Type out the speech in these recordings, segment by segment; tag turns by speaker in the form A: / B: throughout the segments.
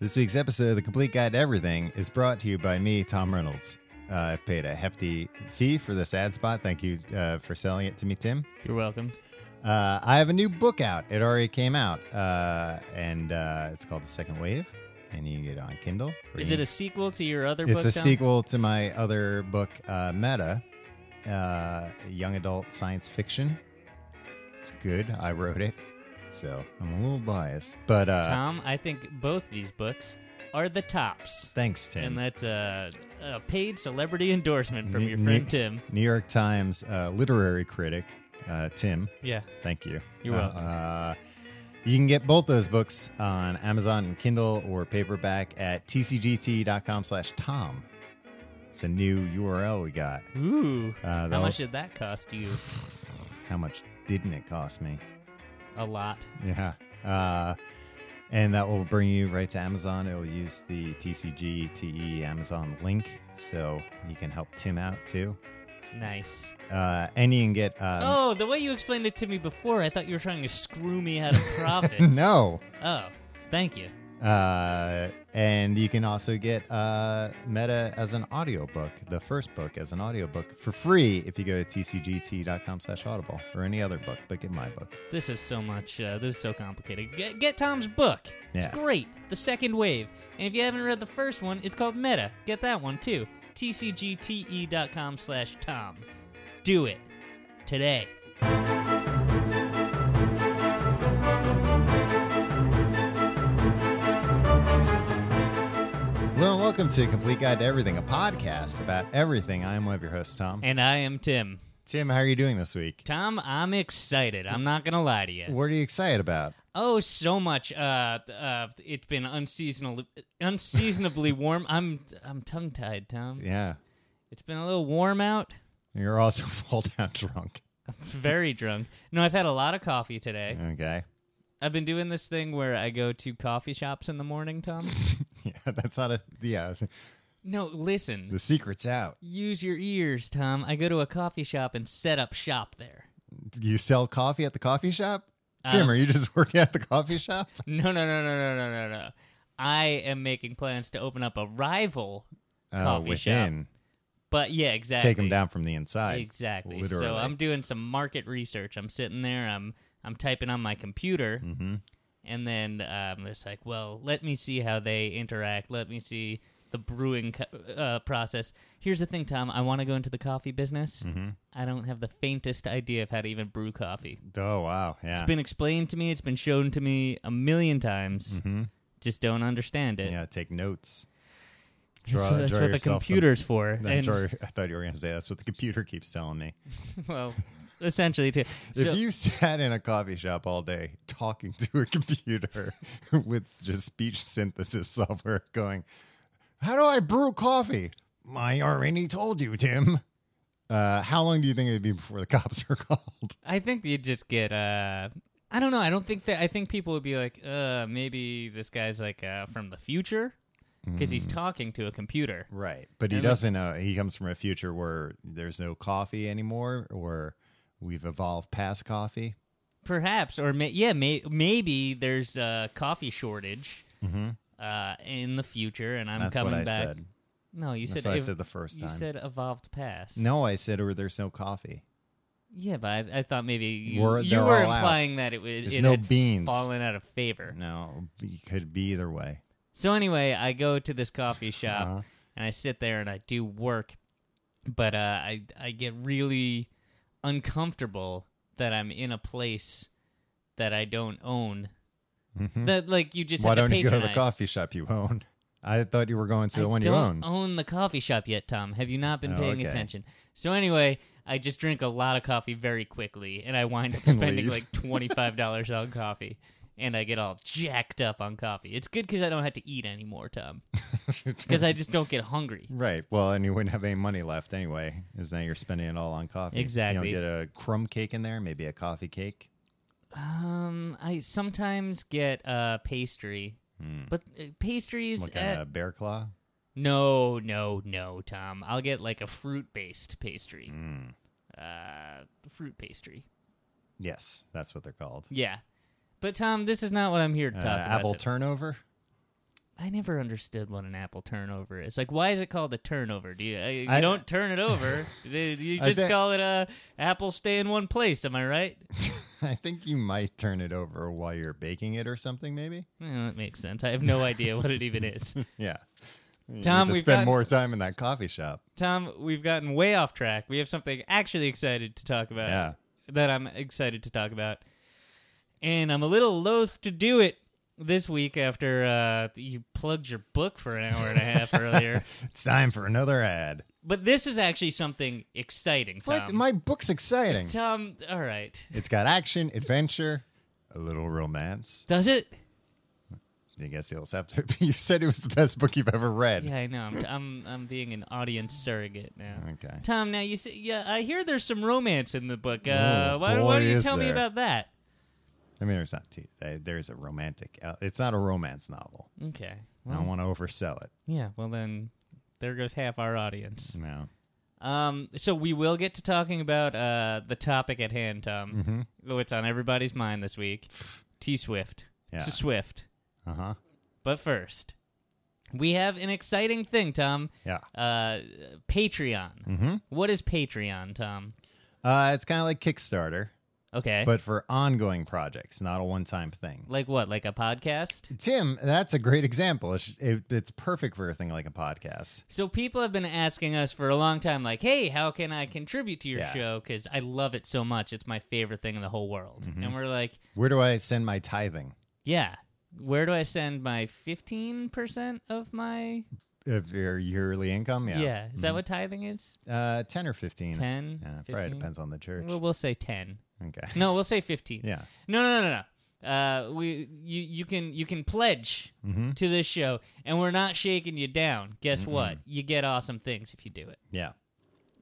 A: This week's episode of The Complete Guide to Everything is brought to you by me, Tom Reynolds. Uh, I've paid a hefty fee for this ad spot. Thank you uh, for selling it to me, Tim.
B: You're welcome.
A: Uh, I have a new book out. It already came out, uh, and uh, it's called The Second Wave, and you can get it on Kindle. or
B: Is
A: you
B: it a sequel to your other
A: it's
B: book?
A: a
B: Tom?
A: sequel to my other book, uh, Meta, uh, young adult science fiction. It's good. I wrote it, so I'm a little biased, but uh,
B: Tom, I think both these books are the tops.
A: thanks, Tim.
B: And that's uh, a paid celebrity endorsement from
A: New-
B: your friend
A: new-
B: Tim.
A: New York Times uh, literary critic uh, Tim.
B: Yeah.
A: Thank you.
B: You're
A: Uh,
B: welcome.
A: Uh, you can get both those books on Amazon and Kindle or paperback at tcgt.com slash tom. It's a new URL we got.
B: Ooh.
A: Uh,
B: How
A: that'll-
B: much did that cost you?
A: how much didn't it cost me?
B: A lot.
A: Yeah. Uh, and that will bring you right to Amazon. It'll use the TCGTE E Amazon link, so you can help Tim out too.
B: Nice.
A: Uh, and you can get. Um,
B: oh, the way you explained it to me before, I thought you were trying to screw me out of profits.
A: no.
B: Oh, thank you.
A: Uh, and you can also get uh, Meta as an audiobook, the first book as an audiobook for free if you go to tcgt.com slash audible or any other book, but get my book.
B: This is so much. Uh, this is so complicated. Get, get Tom's book. It's
A: Yeah.
B: great. The Second Wave. And if you haven't read the first one, it's called Meta. Get that one too. tcgte.com E slash Tom. Do it. Today.
A: Hello and welcome to Complete Guide to Everything, a podcast about everything. I am one of your hosts, Tom.
B: And I am Tim.
A: Tim, how are you doing this week?
B: Tom, I'm excited. I'm not going to lie to you.
A: What are you excited about?
B: Oh, so much. Uh, uh, it's been unseasonal, unseasonably warm. I'm I'm tongue tied, Tom.
A: Yeah,
B: It's been a little warm out.
A: you're also fall down drunk.
B: I'm very drunk. No, I've had a lot of coffee today.
A: Okay.
B: I've been doing this thing where I go to coffee shops in the morning, Tom.
A: Yeah, that's not a. Yeah,
B: no, listen.
A: the secret's out.
B: Use your ears, Tom. I go to a coffee shop and set up shop there.
A: You sell coffee at the coffee shop? Tim,
B: Um,
A: are you just working at the coffee shop?
B: No, no, no, no, no, no, no, no. I am making plans to open up a rival, coffee
A: Uh, within.
B: but yeah, exactly.
A: Take them down from the inside.
B: Exactly.
A: Literally.
B: So I'm doing some market research. I'm sitting there. I'm I'm typing on my computer,
A: Mhm.
B: and then um, it's like, well, let me see how they interact. Let me see the brewing co- uh, process. Here's the thing, Tom. I want to go into the coffee business.
A: Mm-hmm.
B: I don't have the faintest idea of how to even brew coffee.
A: Oh wow, yeah,
B: It's been explained to me. It's been shown to me a million times.
A: Mhm.
B: Just don't understand it.
A: yeah. Take notes.
B: That's
A: Draw-
B: what, that's
A: draw
B: what the
A: yourself some-
B: computer's for.
A: That
B: And,
A: drawer- I thought you were going to say that's what the computer keeps telling me.
B: well, essentially too. So-
A: if you sat in a coffee shop all day talking to a computer with just speech synthesis software, going, "How do I brew coffee?" I already told you, Tim. Uh, how long do you think it would be before the cops are called?
B: I think you'd just get. Uh, I don't know. I don't think that. I think people would be like, uh, maybe this guy's like uh, from the future because he's
A: Mm.
B: talking to a computer.
A: Right, but he
B: And, like-
A: doesn't know. He comes from a future where there's no coffee anymore, or we've evolved past coffee.
B: Perhaps, or may, yeah, may, maybe there's a coffee shortage
A: Mm-hmm.
B: uh, in the future, and I'm
A: That's
B: coming
A: what I
B: back.
A: said.
B: No, you
A: That's
B: said
A: what I
B: ev-
A: said the first
B: you
A: time.
B: said evolved past.
A: no, I said, or there's no coffee.
B: yeah, but I, I thought maybe you
A: We're-
B: you
A: they're
B: were
A: all out.
B: implying that it was
A: There's
B: it
A: no
B: had
A: beans.
B: fallen out of favor.
A: No, it could be either way.
B: So anyway, I go to this coffee shop
A: Uh-huh.
B: and I sit there and I do work, but uh, I I get really uncomfortable that I'm in a place that I don't own.
A: Mhm.
B: That like you just
A: Why
B: have to
A: don't you go to the
B: patronize.
A: coffee shop you own? I thought you were going to the
B: I
A: one you
B: don't
A: own.
B: the coffee shop yet, Tom. Have you not been
A: Oh,
B: paying
A: okay.
B: attention? So anyway, I just drink a lot of coffee very quickly, and I wind up spending
A: leave.
B: like twenty five dollars on coffee, and I get all jacked up on coffee. It's good because I don't have to eat anymore, Tom, because I just don't get hungry.
A: Right. Well, and you wouldn't have any money left anyway, is now you're spending it all on coffee.
B: Exactly.
A: You don't get a crumb cake in there, maybe a coffee cake.
B: Um, I sometimes get uh pastry, but uh, pastries.
A: Hmm. What kind
B: at-
A: of bear claw?
B: No, no, no, Tom. I'll get like a fruit based pastry.
A: Hmm.
B: Uh, fruit pastry.
A: Yes, that's what they're called.
B: Yeah, but Tom, this is not what I'm here to
A: Uh,
B: talk about.
A: apple
B: today.
A: turnover.
B: I never understood what an apple turnover is. Like, why is it called a turnover? Do you, I, you
A: I-
B: don't turn it over? you you
A: I
B: just
A: think-
B: call it a apple stay in one place. Am I right?
A: I think you might turn it over while you're baking it or something, maybe.
B: Well, that makes sense. I have no idea what it even is.
A: Yeah. You
B: Tom,
A: need to
B: we've
A: spend
B: got-
A: more time in that coffee shop.
B: Tom, we've gotten way off track. We have something actually excited to talk about.
A: Yeah.
B: That I'm excited to talk about. And I'm a little loath to do it this week after uh, you plugged your book for an hour and a half earlier.
A: It's time for another ad.
B: But this is actually something exciting, Tom.
A: What? My book's exciting.
B: Tom, all right.
A: It's got action, adventure, a little romance.
B: Does it?
A: I guess you'll have to. You said it was the best book you've ever read.
B: Yeah, I know. I'm, I'm, I'm being an audience surrogate now.
A: Okay.
B: Tom, now you see, yeah, I hear there's some romance in the book. Uh,
A: Oh,
B: why, why
A: boy,
B: don't you
A: is
B: tell me
A: there.
B: about that?
A: I mean, there's not. T- uh, there's a romantic. Uh, it's not a romance novel.
B: Okay.
A: I
B: Well,
A: don't want to oversell it.
B: yeah, well then, there goes half our audience.
A: No.
B: Um, so we will get to talking about uh, the topic at hand, Tom. Mm-hmm. It's on everybody's mind this week. T Swift.
A: Yeah.
B: To Swift.
A: Uh huh.
B: But first, we have an exciting thing, Tom.
A: Yeah.
B: Uh, Patreon.
A: Mm-hmm.
B: What is Patreon, Tom?
A: Uh, it's kind of like Kickstarter,
B: Okay.
A: but for ongoing projects, not a one-time thing.
B: like what? Like a podcast?
A: Tim, that's a great example. It's, it, it's perfect for a thing like a podcast.
B: So people have been asking us for a long time, like, "Hey, how can I contribute to your show?
A: Yeah.
B: 'Cause show? Because I love it so much; it's my favorite thing in the whole world."
A: Mm-hmm.
B: And we're like,
A: Where do I send my tithing?
B: "Yeah, where do I send my fifteen percent of my?
A: Of your yearly income?
B: Yeah,
A: Yeah.
B: is that what tithing is?
A: Uh, 10 or 15.
B: 10,
A: Yeah, it
B: 15?
A: probably depends on the church.
B: Well, we'll say ten.
A: okay.
B: No, we'll say fifteen.
A: Yeah.
B: No, no, no, no. no. Uh, we you you can you can pledge
A: Mm-hmm.
B: to this show, and we're not shaking you down. Guess what? You get awesome things if you do it.
A: Yeah.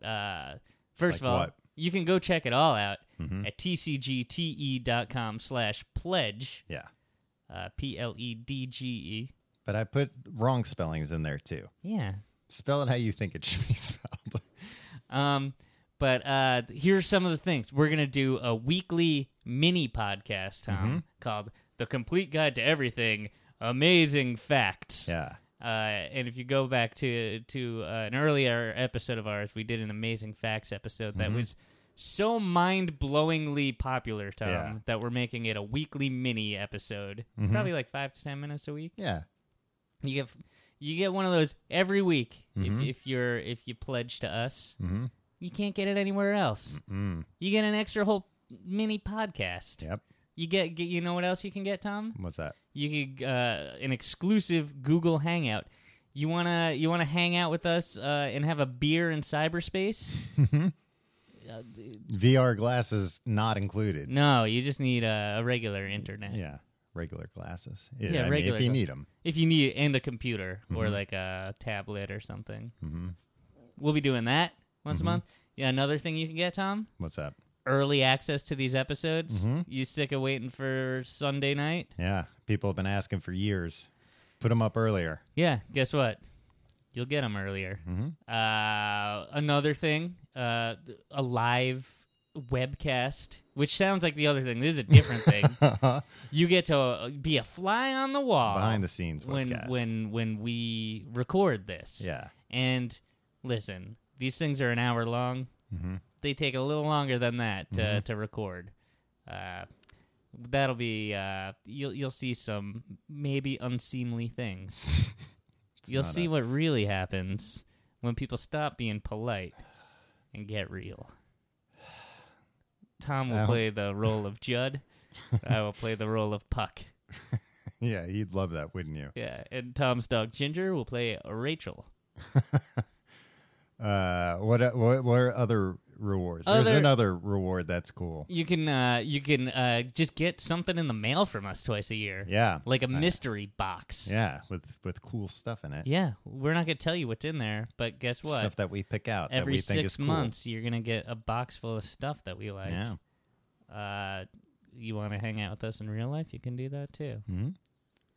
B: uh, first
A: Like
B: of all,
A: what? Mm-hmm.
B: you can go check it all out at tcgte.com slash pledge,
A: Yeah.
B: uh, P L E D G E.
A: But I put wrong spellings in there too.
B: Yeah.
A: Spell it how you think it should be spelled.
B: Um, but uh, here's some of the things we're going to do a weekly mini podcast, Tom,
A: Mm-hmm.
B: called The Complete Guide to Everything Amazing Facts.
A: yeah.
B: Uh, and if you go back to to uh, an earlier episode of ours, we did an amazing facts episode
A: Mm-hmm.
B: that was so mind blowingly popular, Tom,
A: Yeah. Mm-hmm.
B: that we're making it a weekly mini episode, probably like five to ten minutes a week.
A: Yeah.
B: You get you get one of those every week
A: Mm-hmm.
B: if, if you're if you pledge to us.
A: Mhm.
B: You can't get it anywhere else.
A: Mm.
B: You get an extra whole mini podcast.
A: Yep.
B: You get, get you know what else you can get, Tom?
A: What's that?
B: you could uh, an exclusive Google Hangout. You wanna you wanna hang out with us uh, and have a beer in cyberspace?
A: VR glasses not included.
B: no, you just need a, a regular internet.
A: Yeah. Regular glasses. Yeah. I mean,
B: regular
A: if you
B: gla-
A: need them.
B: If you need and a computer or like a tablet or something,
A: Mm-hmm.
B: we'll be doing that once a month. Yeah, another thing you can get, Tom,
A: What's that?
B: early access to these episodes. You sick of waiting for Sunday night?
A: Yeah. People have been asking for years. Put them up earlier.
B: Yeah, guess what? You'll get them earlier.
A: Mm-hmm.
B: Uh, another thing, uh, th- a live webcast, which sounds like the other thing. This is a different thing. You get to uh, be a fly on the wall
A: Behind the scenes
B: when
A: webcast.
B: when when we record this.
A: Yeah.
B: And listen, these things are an hour long.
A: Mm-hmm.
B: They take a little longer than that to, to record. Uh, that'll be uh, you'll you'll see some maybe unseemly things. you'll
A: not
B: see
A: a-
B: what really happens when people stop being polite and get real. Tom will
A: Ow.
B: play the role of Judd. I will play the role of Puck.
A: Yeah. You'd love that, wouldn't you?
B: Yeah, and Tom's dog Ginger will play Rachel.
A: Uh, what, what what are other rewards?
B: Other-
A: There's another reward that's cool.
B: You can uh, you can uh, just get something in the mail from us twice a year.
A: Yeah,
B: Like a mystery box.
A: yeah, with with cool stuff in it.
B: Yeah, We're not gonna tell you what's in there, but guess what?
A: Stuff that we pick out that
B: Every
A: we think
B: six
A: is cool.
B: months you're gonna get a box full of stuff that we like.
A: Yeah.
B: Uh you wanna hang out with us in real life? You can do that too.
A: hmm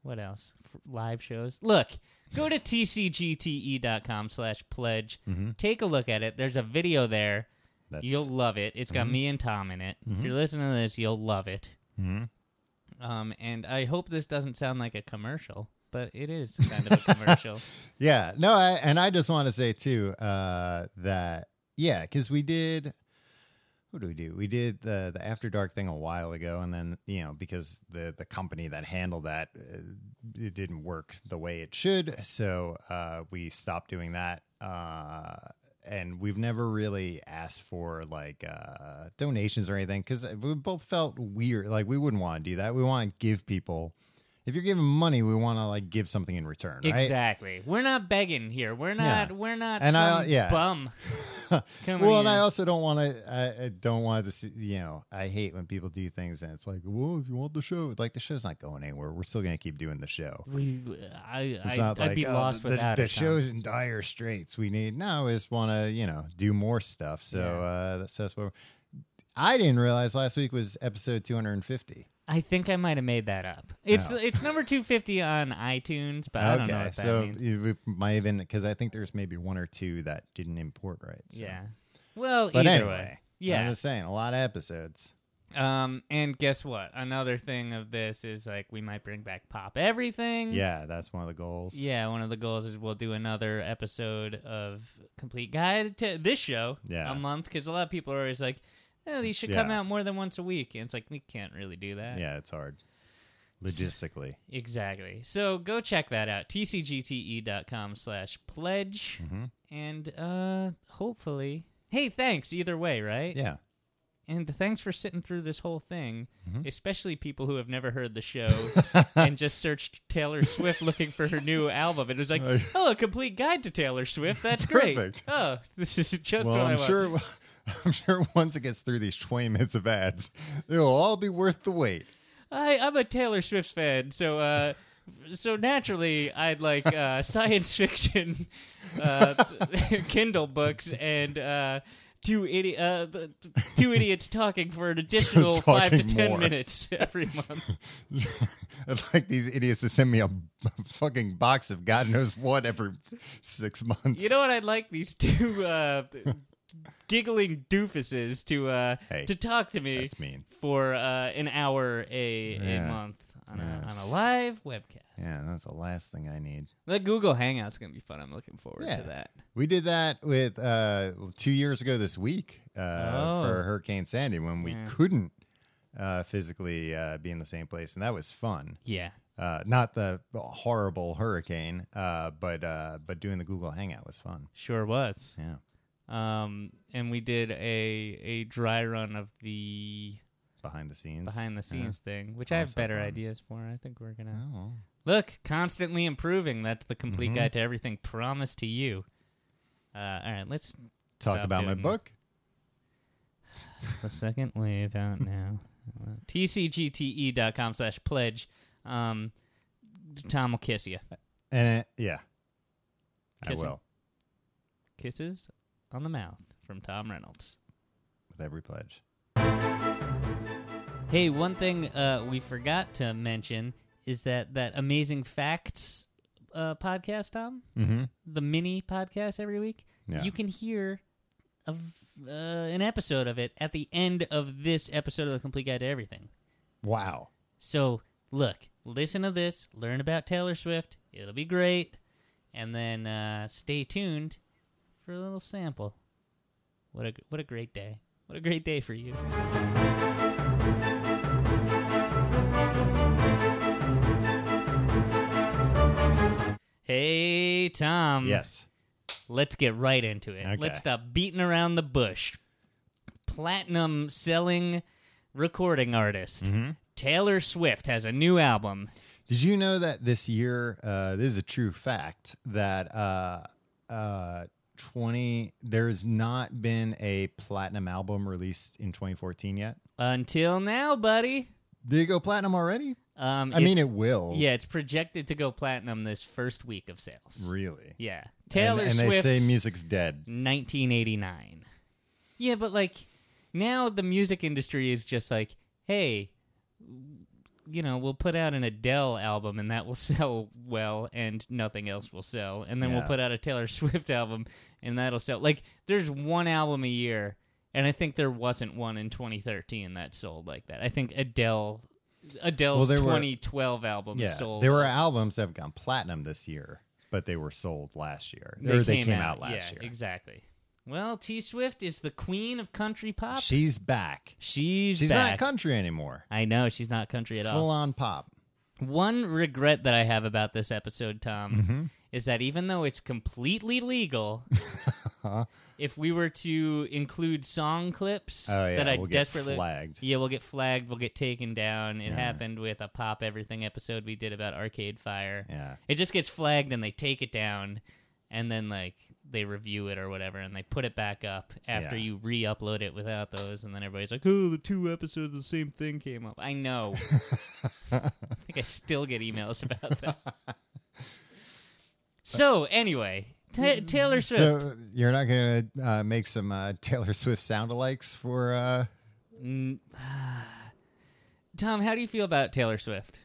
B: What else? F- live shows. Look, go to tcgte.com E slash pledge. Take a look at it. There's a video there.
A: Mm-hmm. That's Mhm.
B: You'll love it. It's got me and Tom in it. If you're listening to this, you'll love it.
A: Mhm.
B: Um, and I hope this doesn't sound like a commercial, but it is kind of a commercial.
A: Yeah. No, I, and I just want to say too uh, that yeah, because we did. What do we do? We did the the After Dark thing a while ago, and then you know because the the company that handled that uh, it didn't work the way it should, so uh, we stopped doing that. Uh, and we've never really asked for like uh, donations or anything because we both felt weird. Like we wouldn't want to do that. We want to give people. If you're giving money, we want to like give something in return, right?
B: Exactly. We're not begging here. We're not. We're not
A: And I-
B: some
A: yeah.
B: bum. Coming
A: well, and
B: in.
A: I also don't want to. I, I don't want to see. You know, I hate when people do things and it's like, well, if you want the show, like the show's not going anywhere. We're still gonna keep doing the show.
B: we, I,
A: It's
B: I,
A: not
B: I'd
A: like
B: be
A: oh,
B: lost
A: the,
B: without
A: the,
B: it. Tom.
A: show's in dire straits. We need now. We just want to you know do more stuff. So
B: Yeah.
A: uh, that's, that's what. we're- I didn't realize last week was episode 250.
B: I think I might have made that up. It's
A: No.
B: it's number two fifty on iTunes, but I don't know
A: Oh. okay,
B: what that
A: so
B: means.
A: you- we might even because I think there's maybe one or two that didn't import right. so.
B: Yeah. Well,
A: uh, but
B: either
A: anyway,
B: way.
A: I'm
B: Yeah.
A: just saying a lot of episodes.
B: Um. And guess what? Another thing of this is like we might bring back pop everything.
A: Yeah, that's one of the goals.
B: Yeah, one of the goals is we'll do another episode of Complete Guide to this show
A: Yeah.
B: a month because a lot of people are always like, oh, these should come
A: Yeah.
B: out more than once a week. And it's like, we can't really do that.
A: Yeah, it's hard. Logistically.
B: Exactly. So go check that out. tcgte.com E slash pledge.
A: Mhm.
B: And uh, hopefully, hey, thanks either way, right?
A: Yeah.
B: And thanks for sitting through this whole thing,
A: Mm-hmm.
B: especially people who have never heard the show and just searched Taylor Swift looking for her new album. It was like,
A: Oh, yeah.
B: oh, a complete guide to Taylor Swift. That's great.
A: Perfect.
B: Oh, this is just
A: Well,
B: what I
A: I'm
B: want.
A: sure I'm sure once it gets through these 20 minutes of ads, it'll all be worth the wait.
B: I, I'm a Taylor Swift fan, so uh, so naturally I'd like uh, science fiction, uh, Kindle books, and uh, two idi- uh, the, two idiots talking for an additional five to
A: Talking
B: ten
A: more.
B: minutes every month.
A: I'd like these idiots to send me a, a fucking box of God knows what every six months.
B: You know what I'd like these two uh, giggling doofuses to uh,
A: Hey,
B: to talk to me
A: that's mean.
B: for uh, an hour a a
A: Yeah.
B: month on, a, on
A: Yes.
B: a live webcast.
A: Yeah, that's the last thing I need.
B: The Google Hangout's gonna be fun. I'm looking forward
A: Yeah.
B: to that.
A: We did that with uh, two years ago this week uh,
B: Oh.
A: for Hurricane Sandy when we
B: Yeah.
A: couldn't uh, physically uh, be in the same place, and that was fun.
B: Yeah.
A: uh, not the horrible hurricane, uh, but uh, but doing the Google Hangout was fun.
B: Sure was.
A: Yeah,
B: Um, and we did a a dry run of the
A: behind the scenes.
B: behind the scenes thing, which I
A: Also
B: have better
A: fun.
B: ideas for. I think we're
A: Oh,
B: gonna
A: well.
B: look constantly improving. That's the complete
A: Mhm.
B: guide to everything promised to you. Uh, all right, let's
A: talk
B: stop
A: about my
B: doing
A: book.
B: The second wave out now. tcgte.com E slash pledge. Um, Tom will kiss you.
A: And it, yeah,
B: Kiss
A: I
B: him.
A: will
B: Kisses on the mouth from Tom Reynolds.
A: with every pledge.
B: Hey, one thing uh, we forgot to mention is that that amazing facts uh, podcast, Tom,
A: Mm-hmm.
B: the mini podcast every week.
A: Yeah.
B: You can hear of uh, an episode of it at the end of this episode of the Complete Guide to Everything.
A: Wow.
B: So look, listen to this, learn about Taylor Swift. It'll be great, and then uh, stay tuned for a little sample. What a what a great day! What a great day for you. Hey Tom.
A: yes.
B: Let's get right into it.
A: Okay.
B: Let's stop beating around the bush. Platinum selling recording artist
A: Mm-hmm.
B: Taylor Swift has a new album.
A: Did you know that this year? Uh, this is a true fact that uh, uh, twenty. There's not been a platinum album released in 2014 yet.
B: Until now, buddy.
A: Did it go platinum already?
B: Um,
A: I mean,
B: it's-
A: it will.
B: Yeah, it's projected to go platinum this first week of sales.
A: Really.
B: Yeah, Taylor
A: and,
B: Mm,
A: and
B: Swift,
A: they say music's dead.
B: 1989. Yeah, but like now the music industry is just like, hey, you know, we'll put out an Adele album and that will sell well and nothing else will sell. And then
A: Yeah.
B: we'll put out a Taylor Swift album and that'll sell. Like there's one album a year and I think there wasn't one in 2013 that sold like that. I think Adele Adele's
A: there were-
B: 2012 album
A: Yeah,
B: sold.
A: there were albums that have gone platinum this year, but they were sold last year. or they came out, last
B: yeah,
A: year.
B: Exactly. Well, T Swift is the queen of country pop.
A: She's back.
B: she's
A: She's
B: back.
A: not country anymore.
B: I know she's not country at
A: Full
B: all.
A: on Mm-hmm. pop.
B: One regret that I have about this episode, Tom, is that even though it's completely legal,
A: Uh-huh.
B: if we were to include song clips
A: Oh yeah,
B: that I
A: we'll get
B: desperately
A: flagged.
B: Yeah, we'll get flagged. We'll get taken down. It happened with a Pop Everything episode we did about Arcade Fire.
A: Yeah.
B: It just gets flagged and they take it down and then, like, they review it or whatever and they put it back up after
A: Yeah.
B: you re upload it without those. And then everybody's like, oh, the two episodes of the same thing came up. I know. I think I still get emails about that. so, anyway, Ta Taylor Swift.
A: Mm-hmm. So you're not gonna uh, make some uh, Taylor Swift soundalikes for? Uh,
B: Mm. Tom, how do you feel about Taylor Swift?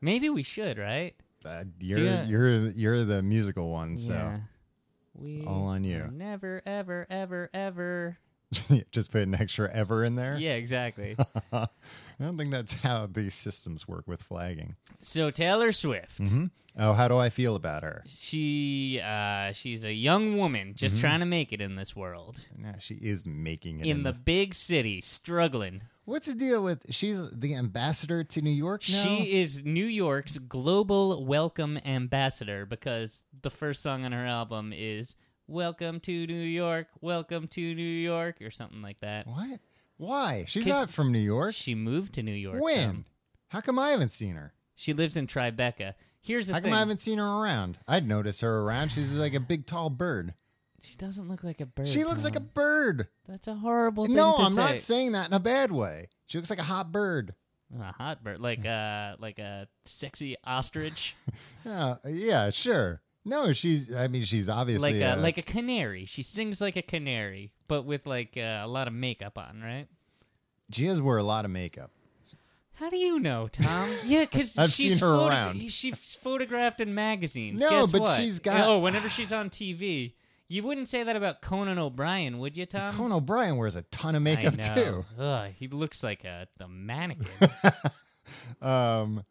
B: Maybe we should, right?
A: uh, you're
B: ya-
A: you're you're the musical one, so
B: We
A: all on
B: will
A: you.
B: Never, ever, ever, ever.
A: just put an extra ever in there.
B: Yeah, exactly.
A: I don't think that's how these systems work with flagging.
B: so Taylor Swift,
A: Oh, how do I feel about her?
B: she uh, she's a young woman just trying to make it in this world,
A: No, she is making Mm-hmm. it
B: in the big city, struggling.
A: What's the deal with? She's the ambassador to New York now.
B: She is New York's global welcome ambassador because the first song on her album is "Welcome to New York, Welcome to New York" or something like that.
A: what? Why? She's
B: 'Cause
A: not from New York.
B: She moved to New York.
A: when?
B: um,
A: How come I haven't seen her?
B: She lives in Tribeca. Here's the
A: How
B: thing.
A: come I haven't seen her around? I'd notice her around. She's like a big tall bird.
B: She doesn't look like a bird.
A: She looks like a
B: Tom.
A: bird.
B: That's a horrible thing
A: no,
B: to
A: I'm
B: say.
A: not saying that in a bad way. She looks like a hot bird.
B: a hot bird, like uh, like a sexy ostrich,
A: Yeah, Oh, yeah, sure. No, she's. I mean, she's
B: like
A: obviously
B: a like a canary. She sings like a canary, but with like uh, a lot of makeup on, right?
A: She does wear a lot of makeup.
B: How do you know, Tom? yeah, because
A: I've
B: she's
A: seen her
B: photo-
A: around.
B: She's photographed in magazines.
A: No,
B: Guess
A: but
B: what?
A: she's got-
B: Oh, whenever she's on TV, you wouldn't say that about Conan O'Brien, would you, Tom?
A: Conan O'Brien wears a ton of
B: Um, I
A: makeup
B: know.
A: too.
B: Ugh, he looks like a the mannequin.
A: Um,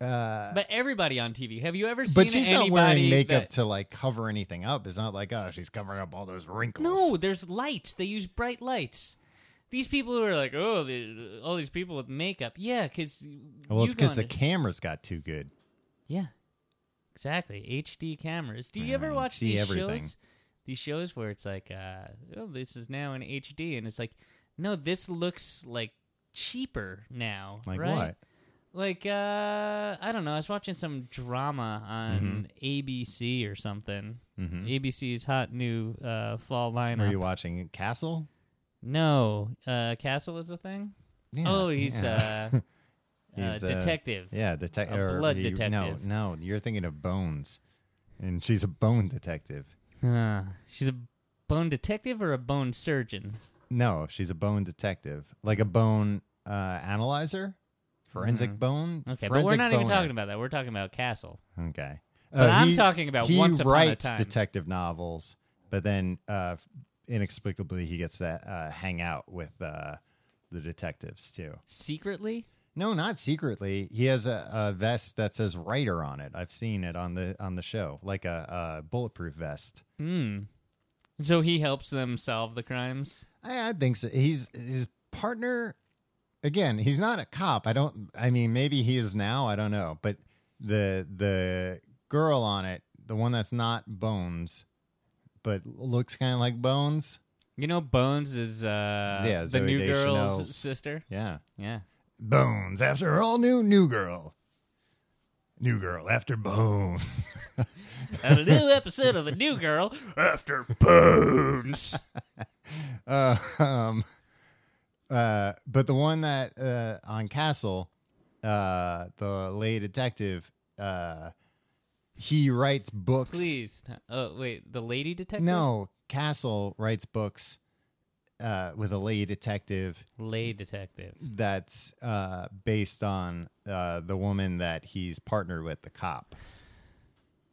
A: uh,
B: but everybody on TV. Have you ever seen?
A: but she's not
B: anybody
A: wearing makeup
B: that-
A: to like cover anything up. It's not like oh, she's covering up all those wrinkles.
B: no, there's lights. They use bright lights. These people who are like, oh, the, all these people with makeup. Yeah, because
A: well, it's because the cameras got too good.
B: yeah, exactly. HD cameras. Do you
A: Yeah,
B: ever
A: you
B: watch
A: see
B: these
A: everything.
B: shows? These shows where it's like, uh, oh, this is now in HD, and it's like, no, this looks like cheaper now.
A: Like
B: right?
A: what?
B: Like uh I don't know, I was watching some drama
A: Mm-hmm.
B: on ABC or something.
A: Mhm.
B: ABC's hot new uh fall
A: Were
B: lineup.
A: you watching Castle?
B: no, uh Castle is a thing.
A: Yeah,
B: oh, he's
A: yeah.
B: uh, uh
A: He's, uh,
B: detective.
A: yeah, detective.
B: a blood
A: No,
B: detective.
A: no, you're thinking of Bones, and she's a bone detective.
B: Uh, she's a bone detective or a bone surgeon?
A: No, she's a bone detective, like a bone uh, analyzer, forensic bone.
B: Mm-hmm. Okay, but
A: forensic
B: we're not even
A: boner.
B: talking about that. We're talking about Castle.
A: Okay. Uh,
B: But I'm talking about
A: he
B: Once Upon a
A: writes
B: Time.
A: detective novels, but then uh, inexplicably he gets that uh, hang out with uh, the detectives too.
B: Secretly?
A: No, not secretly. He has a, a vest that says writer on it. I've seen it on the on the show, like a, a bulletproof vest.
B: Hmm. So he helps them solve the crimes.
A: I, I think so. He's his partner. Again, he's not a cop. I don't. I mean, maybe he is now. I don't know. But the the girl on it, the one that's not Bones, but looks kind of like Bones.
B: You know Bones is uh
A: Yeah,
B: the
A: Zooey
B: new girl's
A: Deschanel's-
B: sister.
A: Yeah,
B: Yeah.
A: Bones. After all, new new girl. New girl after Bones.
B: a new episode of The New Girl after Bones.
A: uh, um, uh, but the one that uh, on Castle, uh, the lay detective, uh, he writes books.
B: Please. t- Oh, wait. The lady detective?
A: No, Castle writes books uh, with a lay detective
B: Lay detective.
A: that's uh, based on uh, the woman that he's partnered with, the cop.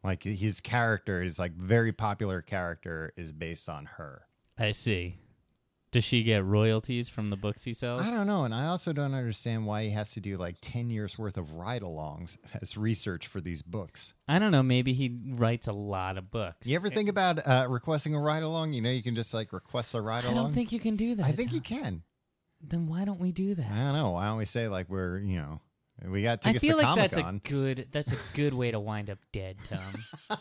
A: Like his character is like very popular character is based on her.
B: I see. Does she get royalties from the books he sells?
A: I don't know, and I also don't understand why he has to do like ten years worth of ride-alongs as research for these books.
B: I don't know. Maybe he writes a lot of books.
A: You ever think about uh, requesting a ride-along? You know, you can just like request a
B: I
A: ride-along.
B: don't think you can do that.
A: I think you
B: Tom.
A: can.
B: Then why don't we do that?
A: I don't know. I always say like we're you know we got
B: I
A: tickets
B: feel
A: to
B: like
A: Comic
B: that's
A: Con.
B: a good that's a good way to wind up dead, Tom.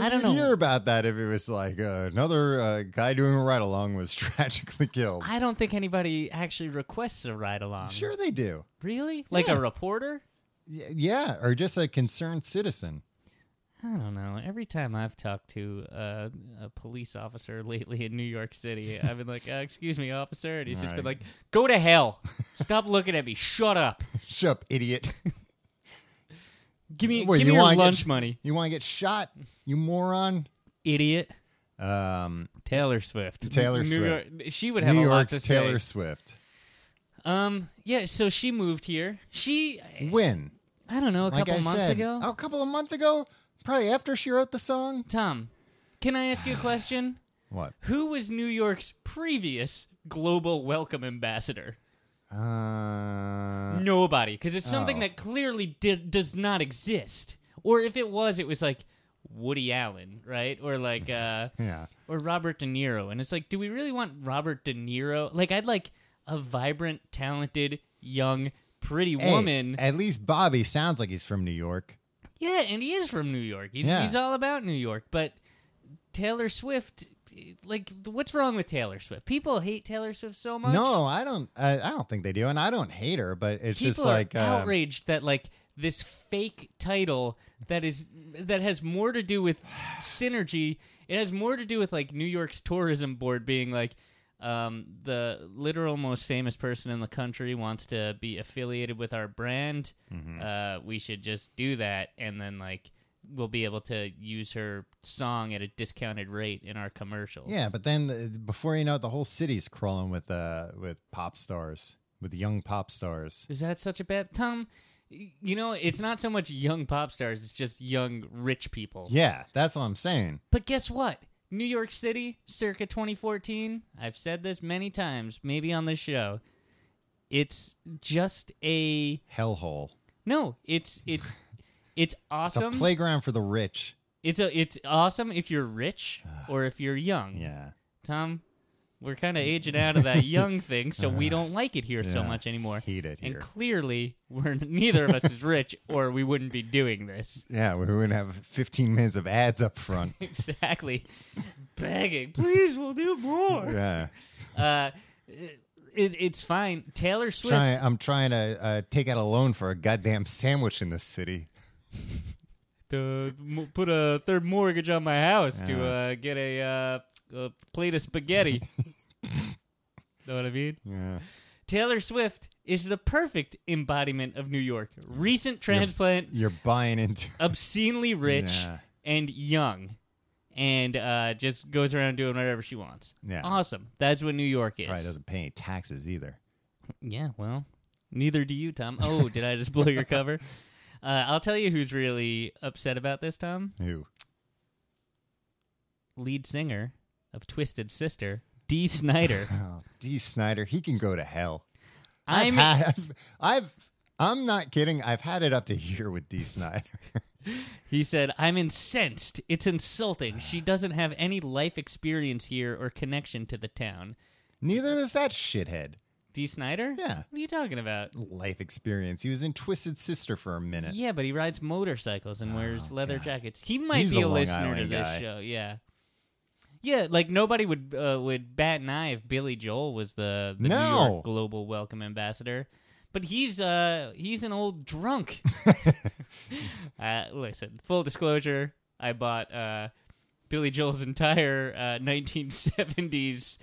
B: I don't
A: you'd
B: know.
A: hear about that if it was like uh, another uh, guy doing a ride-along was tragically killed.
B: I don't think anybody actually requests a ride along.
A: sure, they do.
B: Really? Like
A: Yeah.
B: a reporter?
A: Y- yeah, or just a concerned citizen.
B: I don't know. Every time I've talked to uh, a police officer lately in New York City, I've been like, uh, "Excuse me, officer," and he's just been
A: Right.
B: like, "Go to hell! Stop looking at me! Shut up!
A: Shut up, idiot.
B: Give me,
A: Wait,
B: give
A: you
B: me your
A: wanna get-
B: lunch money,
A: You want to get shot, you moron?
B: idiot."
A: Um,
B: Taylor Swift.
A: Taylor
B: New
A: Swift.
B: York, she would have
A: New
B: a lot
A: York's
B: to
A: Taylor
B: say.
A: Swift.
B: Um. Yeah. So she moved here. She.
A: When?
B: I don't know. A
A: Like
B: couple
A: I
B: months
A: said,
B: ago.
A: Oh, a couple of months ago, probably after she wrote the song.
B: Tom, can I ask you a question?
A: What?
B: Who was New York's previous global welcome ambassador?
A: Uh,
B: Nobody, because it's something
A: Oh.
B: that clearly di- does not exist. Or if it was, it was like Woody Allen, right? Or like, uh,
A: yeah.
B: or Robert De Niro. And it's like, do we really want Robert De Niro? Like, I'd like a vibrant, talented, young, pretty
A: Hey,
B: woman.
A: At least Bobby sounds like he's from New York.
B: yeah, and he is from New York. He's,
A: Yeah.
B: he's all about New York. But Taylor Swift, like, what's wrong with Taylor Swift? People hate Taylor Swift so much.
A: No, I don't. I, I don't think they do, and I don't hate her, but it's
B: people
A: just like
B: are
A: um,
B: outraged that like this fake title that is that has more to do with synergy. It has more to do with like New York's tourism board being like um, the literal most famous person in the country wants to be affiliated with our brand.
A: Mm-hmm.
B: Uh, we should just do that, and then like we'll be able to use her song at a discounted rate in our commercials.
A: yeah. But then the, before you know it, the whole city's crawling with uh with pop stars, with young pop stars.
B: Is that such a bad Tom? y- You know, it's not so much young pop stars; it's just young rich people.
A: Yeah, that's what I'm saying.
B: But guess what? New York City, circa 2014. I've said this many times, maybe on this show. It's just a
A: Hellhole.
B: no. It's it's it's
A: It's a
B: awesome.
A: playground for the rich.
B: it's a it's awesome if you're rich or if you're young.
A: Yeah.
B: Tom, we're kind of aging out of that young thing, so we don't like it here so
A: yeah.
B: much anymore.
A: Hate it
B: And
A: here.
B: clearly, we're neither of us is rich, or we wouldn't be doing this.
A: Yeah, we wouldn't have 15 minutes of ads up front.
B: Exactly. Begging, please, we'll do more.
A: yeah.
B: Uh, it, it's fine. Taylor Swift.
A: Try, I'm trying to uh, take out a loan for a goddamn sandwich in this city.
B: to m- put a third mortgage on my house to
A: Yeah.
B: uh, get a, uh, a plate of spaghetti. know what I mean?
A: Yeah.
B: Taylor Swift is the perfect embodiment of New York. Recent transplant,
A: You're buying into
B: obscenely rich
A: Yeah.
B: and young, and uh, just goes around doing whatever she wants.
A: Yeah.
B: Awesome. That's what New York is.
A: Probably doesn't pay any taxes either.
B: Yeah, well, neither do you, Tom. Oh, did I just blow your cover? Uh, I'll tell you who's really upset about this, Tom.
A: Who?
B: Lead singer of Twisted Sister, Dee Snyder.
A: Oh, D. Snyder, he can go to hell. I've
B: I'm
A: had, I've, I've, I'm not kidding. I've had it up to here with D. Snyder.
B: he said, I'm incensed. It's insulting. She doesn't have any life experience here or connection to the town.
A: Neither does that shithead.
B: Dee Snyder?
A: Yeah.
B: What are you talking about?
A: Life experience. He was in Twisted Sister for a minute.
B: Yeah, but he rides motorcycles and wears leather jackets. He might
A: Oh, He's
B: be
A: a
B: a,
A: Long
B: listener to
A: Island
B: this
A: guy.
B: show. Yeah, yeah. Like nobody would uh, would bat an eye if Billy Joel was the, the New
A: No.
B: York global welcome ambassador. But he's uh he's an old drunk. uh, listen, full disclosure, I bought uh, Billy Joel's entire uh, 1970s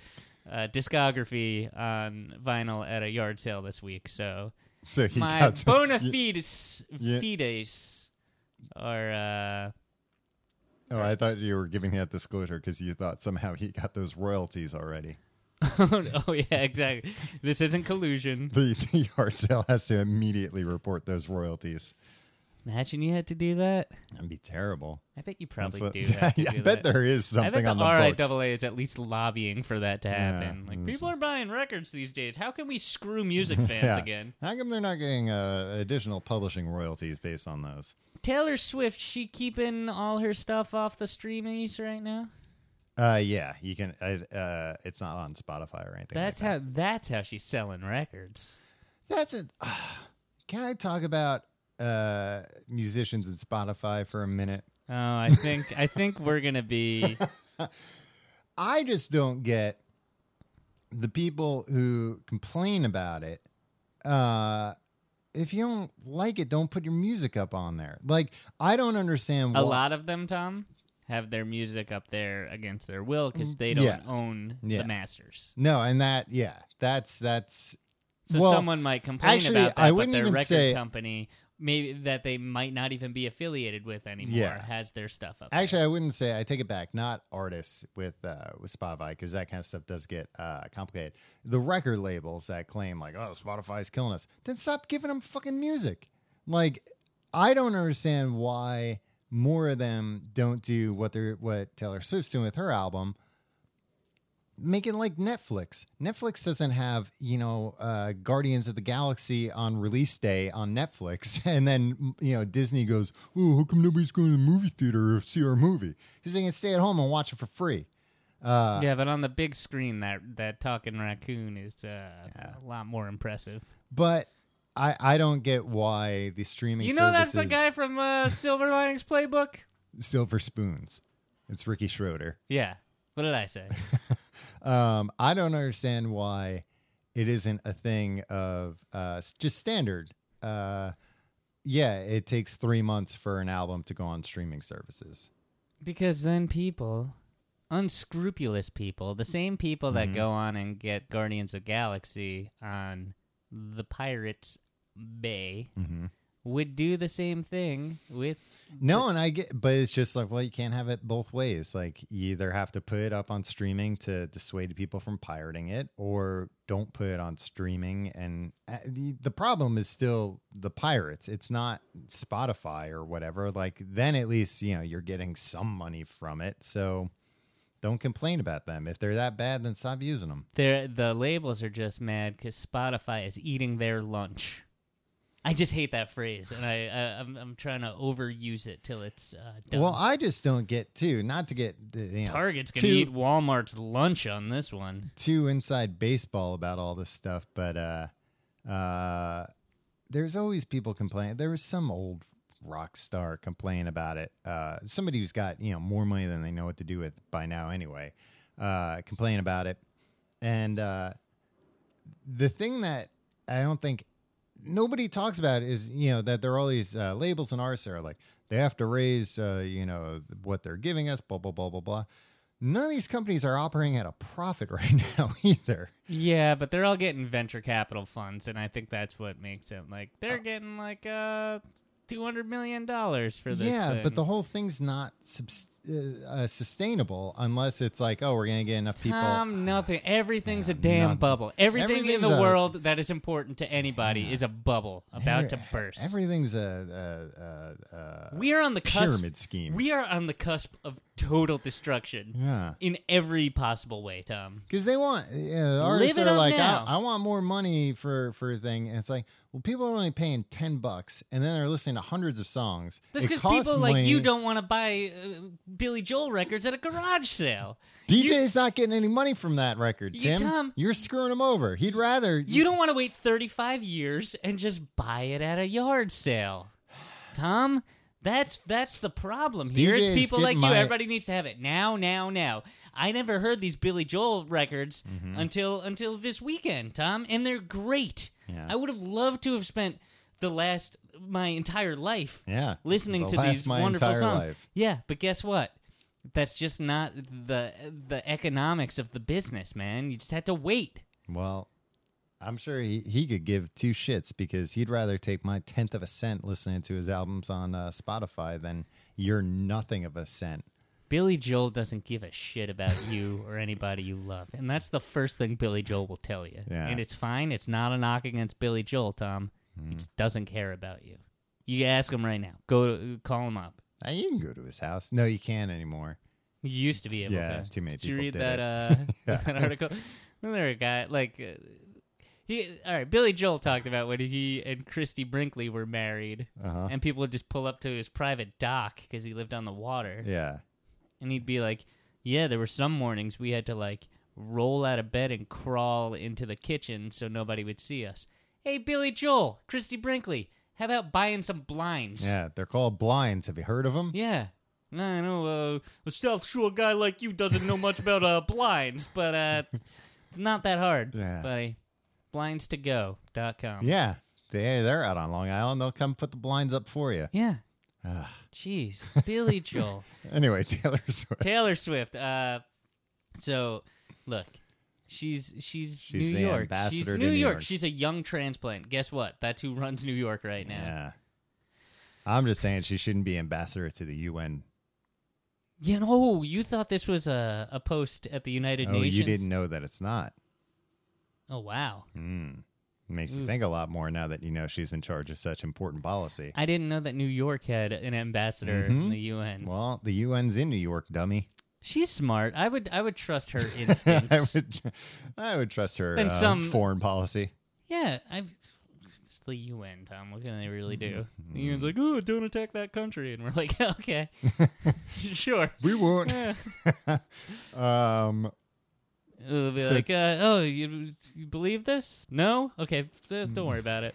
B: uh, discography on vinyl at a yard sale this week. So
A: So he
B: my
A: got to-
B: bona fides
A: yeah.
B: fides are uh
A: Oh, I thought you were giving that disclosure because you thought somehow he got those royalties already.
B: oh yeah exactly this isn't collusion
A: The, the yard sale has to immediately report those royalties.
B: Imagine you had to do that.
A: That'd be terrible.
B: I bet you
A: That's
B: probably
A: what-
B: do. Have to
A: I
B: do
A: bet
B: that.
A: there is
B: I bet
A: something
B: the,
A: on the books.
B: RIAA is at least lobbying for that to happen. like
A: it's-
B: people are buying records these days. How can we screw music fans
A: Yeah.
B: again?
A: How come they're not getting uh, additional publishing royalties based on those?
B: Taylor Swift, she keeping all her stuff off the streamies right now.
A: Uh, yeah, you can. I, uh, it's not on Spotify or anything.
B: That's
A: like
B: how. That's how she's selling records.
A: that. That's it. can I talk about uh, musicians and Spotify for a minute?
B: Oh, I think I think we're gonna be.
A: I just don't get the people who complain about it. Uh, if you don't like it, don't put your music up on there. Like I don't understand.
B: a
A: why-
B: lot of them, Tom, have their music up there against their will because they don't
A: Mm, Yeah.
B: own
A: Yeah.
B: the masters.
A: No, and that yeah, that's that's
B: So
A: Well,
B: someone might complain
A: actually,
B: about that,
A: I
B: but
A: wouldn't
B: their
A: even
B: record
A: say-
B: company, maybe that they might not even be affiliated with anymore,
A: Yeah.
B: has their stuff up. there.
A: Actually, I wouldn't say. I take it back. Not artists with uh, with Spotify because that kind of stuff does get uh, complicated. The record labels that claim like, "Oh, Spotify's killing us," then stop giving them fucking music. Like, I don't understand why more of them don't do what they're what Taylor Swift's doing with her album. Make it like Netflix. Netflix doesn't have you know uh, Guardians of the Galaxy on release day on Netflix, and then you know Disney goes, "Oh, how come nobody's going to the movie theater to see our movie?" Because they can stay at home and watch it for free. Uh,
B: yeah, but on the big screen, that that talking raccoon is uh, a lot more impressive.
A: But I I don't get why the streaming
B: You know, that's
A: services
B: the guy from uh, Silver Linings Playbook.
A: Silver Spoons. It's Ricky Schroeder.
B: Yeah. What did I say?
A: um, I don't understand why it isn't a thing of uh, s- just standard. Uh, yeah, it takes three months for an album to go on streaming services.
B: Because then people, unscrupulous people, the same people that go on and get Guardians of the Galaxy on the Pirates Bay, would do the same thing with.
A: No, and I get, but it's just like, well, you can't have it both ways. Like, you either have to put it up on streaming to dissuade people from pirating it, or don't put it on streaming. And uh, the, the problem is still the pirates. It's not Spotify or whatever. Like, then at least you know you're getting some money from it. So don't complain about them. If they're that bad, then stop using them.
B: They're, the labels are just mad because Spotify is eating their lunch. I just hate that phrase, and I, I I'm, I'm trying to overuse it till it's uh, done.
A: Well, I just don't get too. Not to get uh, you know,
B: Target's gonna
A: too-
B: eat Walmart's lunch on this one.
A: too inside baseball about all this stuff, but uh, uh, there's always people complaining. There was some old rock star complain about it. Uh, somebody who's got you know more money than they know what to do with by now, anyway, uh, complain about it. And uh, the thing that I don't think nobody talks about is you know that there are all these uh, labels and artists that are like they have to raise uh, you know what they're giving us, blah blah blah blah blah. None of these companies are operating at a profit right now either.
B: Yeah, but they're all getting venture capital funds, and I think that's what makes it like they're getting like uh two hundred million dollars for this.
A: yeah,
B: thing.
A: but the whole thing's not subs- uh, uh, sustainable unless it's like, oh, we're gonna get enough people.
B: Tom, nothing. Everything's a damn
A: none.
B: bubble. Everything in
A: Everything's
B: the
A: a-
B: world that is important to anybody is a bubble about to
A: Every-
B: burst.
A: Everything's a, a, a, a
B: we are on the cusp.
A: pyramid scheme.
B: We are on the cusp of total destruction
A: yeah,
B: in every possible way, Tom.
A: because they want yeah, the artists
B: it
A: are
B: up
A: like, I,
B: now.
A: I want more money for for a thing, and it's like, well, people are only paying ten bucks, and then they're listening to hundreds of songs.
B: That's
A: It
B: because
A: costs
B: people like you
A: money.
B: don't want to buy uh, Billy Joel records at a garage sale.
A: DJ's not getting any money from that record,
B: You-
A: Tim.
B: Tom-
A: You're screwing him over. He'd rather
B: You don't want to wait 35 years and just buy it at a yard sale. Tom, that's that's the problem here.
A: DJs
B: it's people
A: get
B: like you.
A: my-
B: Everybody needs to have it now, now, now. I never heard these Billy Joel records
A: Mm-hmm.
B: until until this weekend, Tom, and they're great.
A: Yeah.
B: I would have loved to have spent the last my entire life
A: Yeah,
B: listening
A: the
B: to
A: last
B: these
A: my
B: wonderful
A: entire
B: songs.
A: life.
B: Yeah, but guess what? That's just not the the economics of the business, man. You just had to wait.
A: Well, I'm sure he, he could give two shits because he'd rather take my tenth of a cent listening to his albums on uh, Spotify than your nothing of a cent.
B: Billy Joel doesn't give a shit about you or anybody you love. And that's the first thing Billy Joel will tell you.
A: Yeah. Mm-hmm.
B: And it's fine. It's not a knock against Billy Joel, Tom. He just doesn't care about you. You ask him right now. Go to, call him up.
A: Uh, You can go to his house. No, you can't anymore.
B: You used to be able
A: Yeah,
B: to.
A: too many
B: Did you
A: people
B: read
A: did
B: that,
A: it.
B: uh,
A: Yeah.
B: that article? Well, there a guy like uh, he. All right, Billy Joel talked about when he and Christy Brinkley were married,
A: Uh-huh.
B: and people would just pull up to his private dock because he lived on the water,
A: Yeah.
B: and he'd be like, "Yeah, there were some mornings we had to like roll out of bed and crawl into the kitchen so nobody would see us." Hey, Billy Joel, Christy Brinkley, how about buying some blinds?
A: Yeah, they're called blinds. Have you heard of them?
B: Yeah. No, I know uh, a South Shore guy like you doesn't know much about uh, blinds, but uh, it's not that hard,
A: Yeah.
B: buddy. Blindstogo.com.
A: Yeah. They, they're out on Long Island. They'll come put the blinds up for you.
B: Yeah.
A: Ugh.
B: Jeez. Billy Joel.
A: Anyway, Taylor Swift.
B: Taylor Swift. Uh, so, look. She's she's,
A: She's
B: New
A: the
B: York.
A: ambassador
B: she's
A: to
B: New
A: New
B: York.
A: York.
B: She's a young transplant. Guess what? That's who runs New York right now.
A: Yeah. I'm just saying she shouldn't be ambassador to the UN.
B: You know, you thought this was a, a post at the United
A: Oh,
B: Nations.
A: you didn't know that it's not.
B: Oh wow.
A: Mm. Makes
B: Ooh.
A: you think a lot more now that you know she's in charge of such important policy.
B: I didn't know that New York had an ambassador in
A: Mhm.
B: the UN.
A: Well, the UN's in New York, dummy.
B: She's smart. I would I would trust her
A: I
B: instincts.
A: would, I would trust her
B: Then
A: uh,
B: some-
A: foreign policy.
B: Yeah, I. It's the UN, Tom. What can they really do?
A: Mm-hmm.
B: The UN's like, oh, don't attack that country, and we're like, okay, sure.
A: We won't.
B: Yeah.
A: um,
B: It'll be
A: So-
B: like, uh, oh, you, you believe this? No? Okay, th- don't worry about it.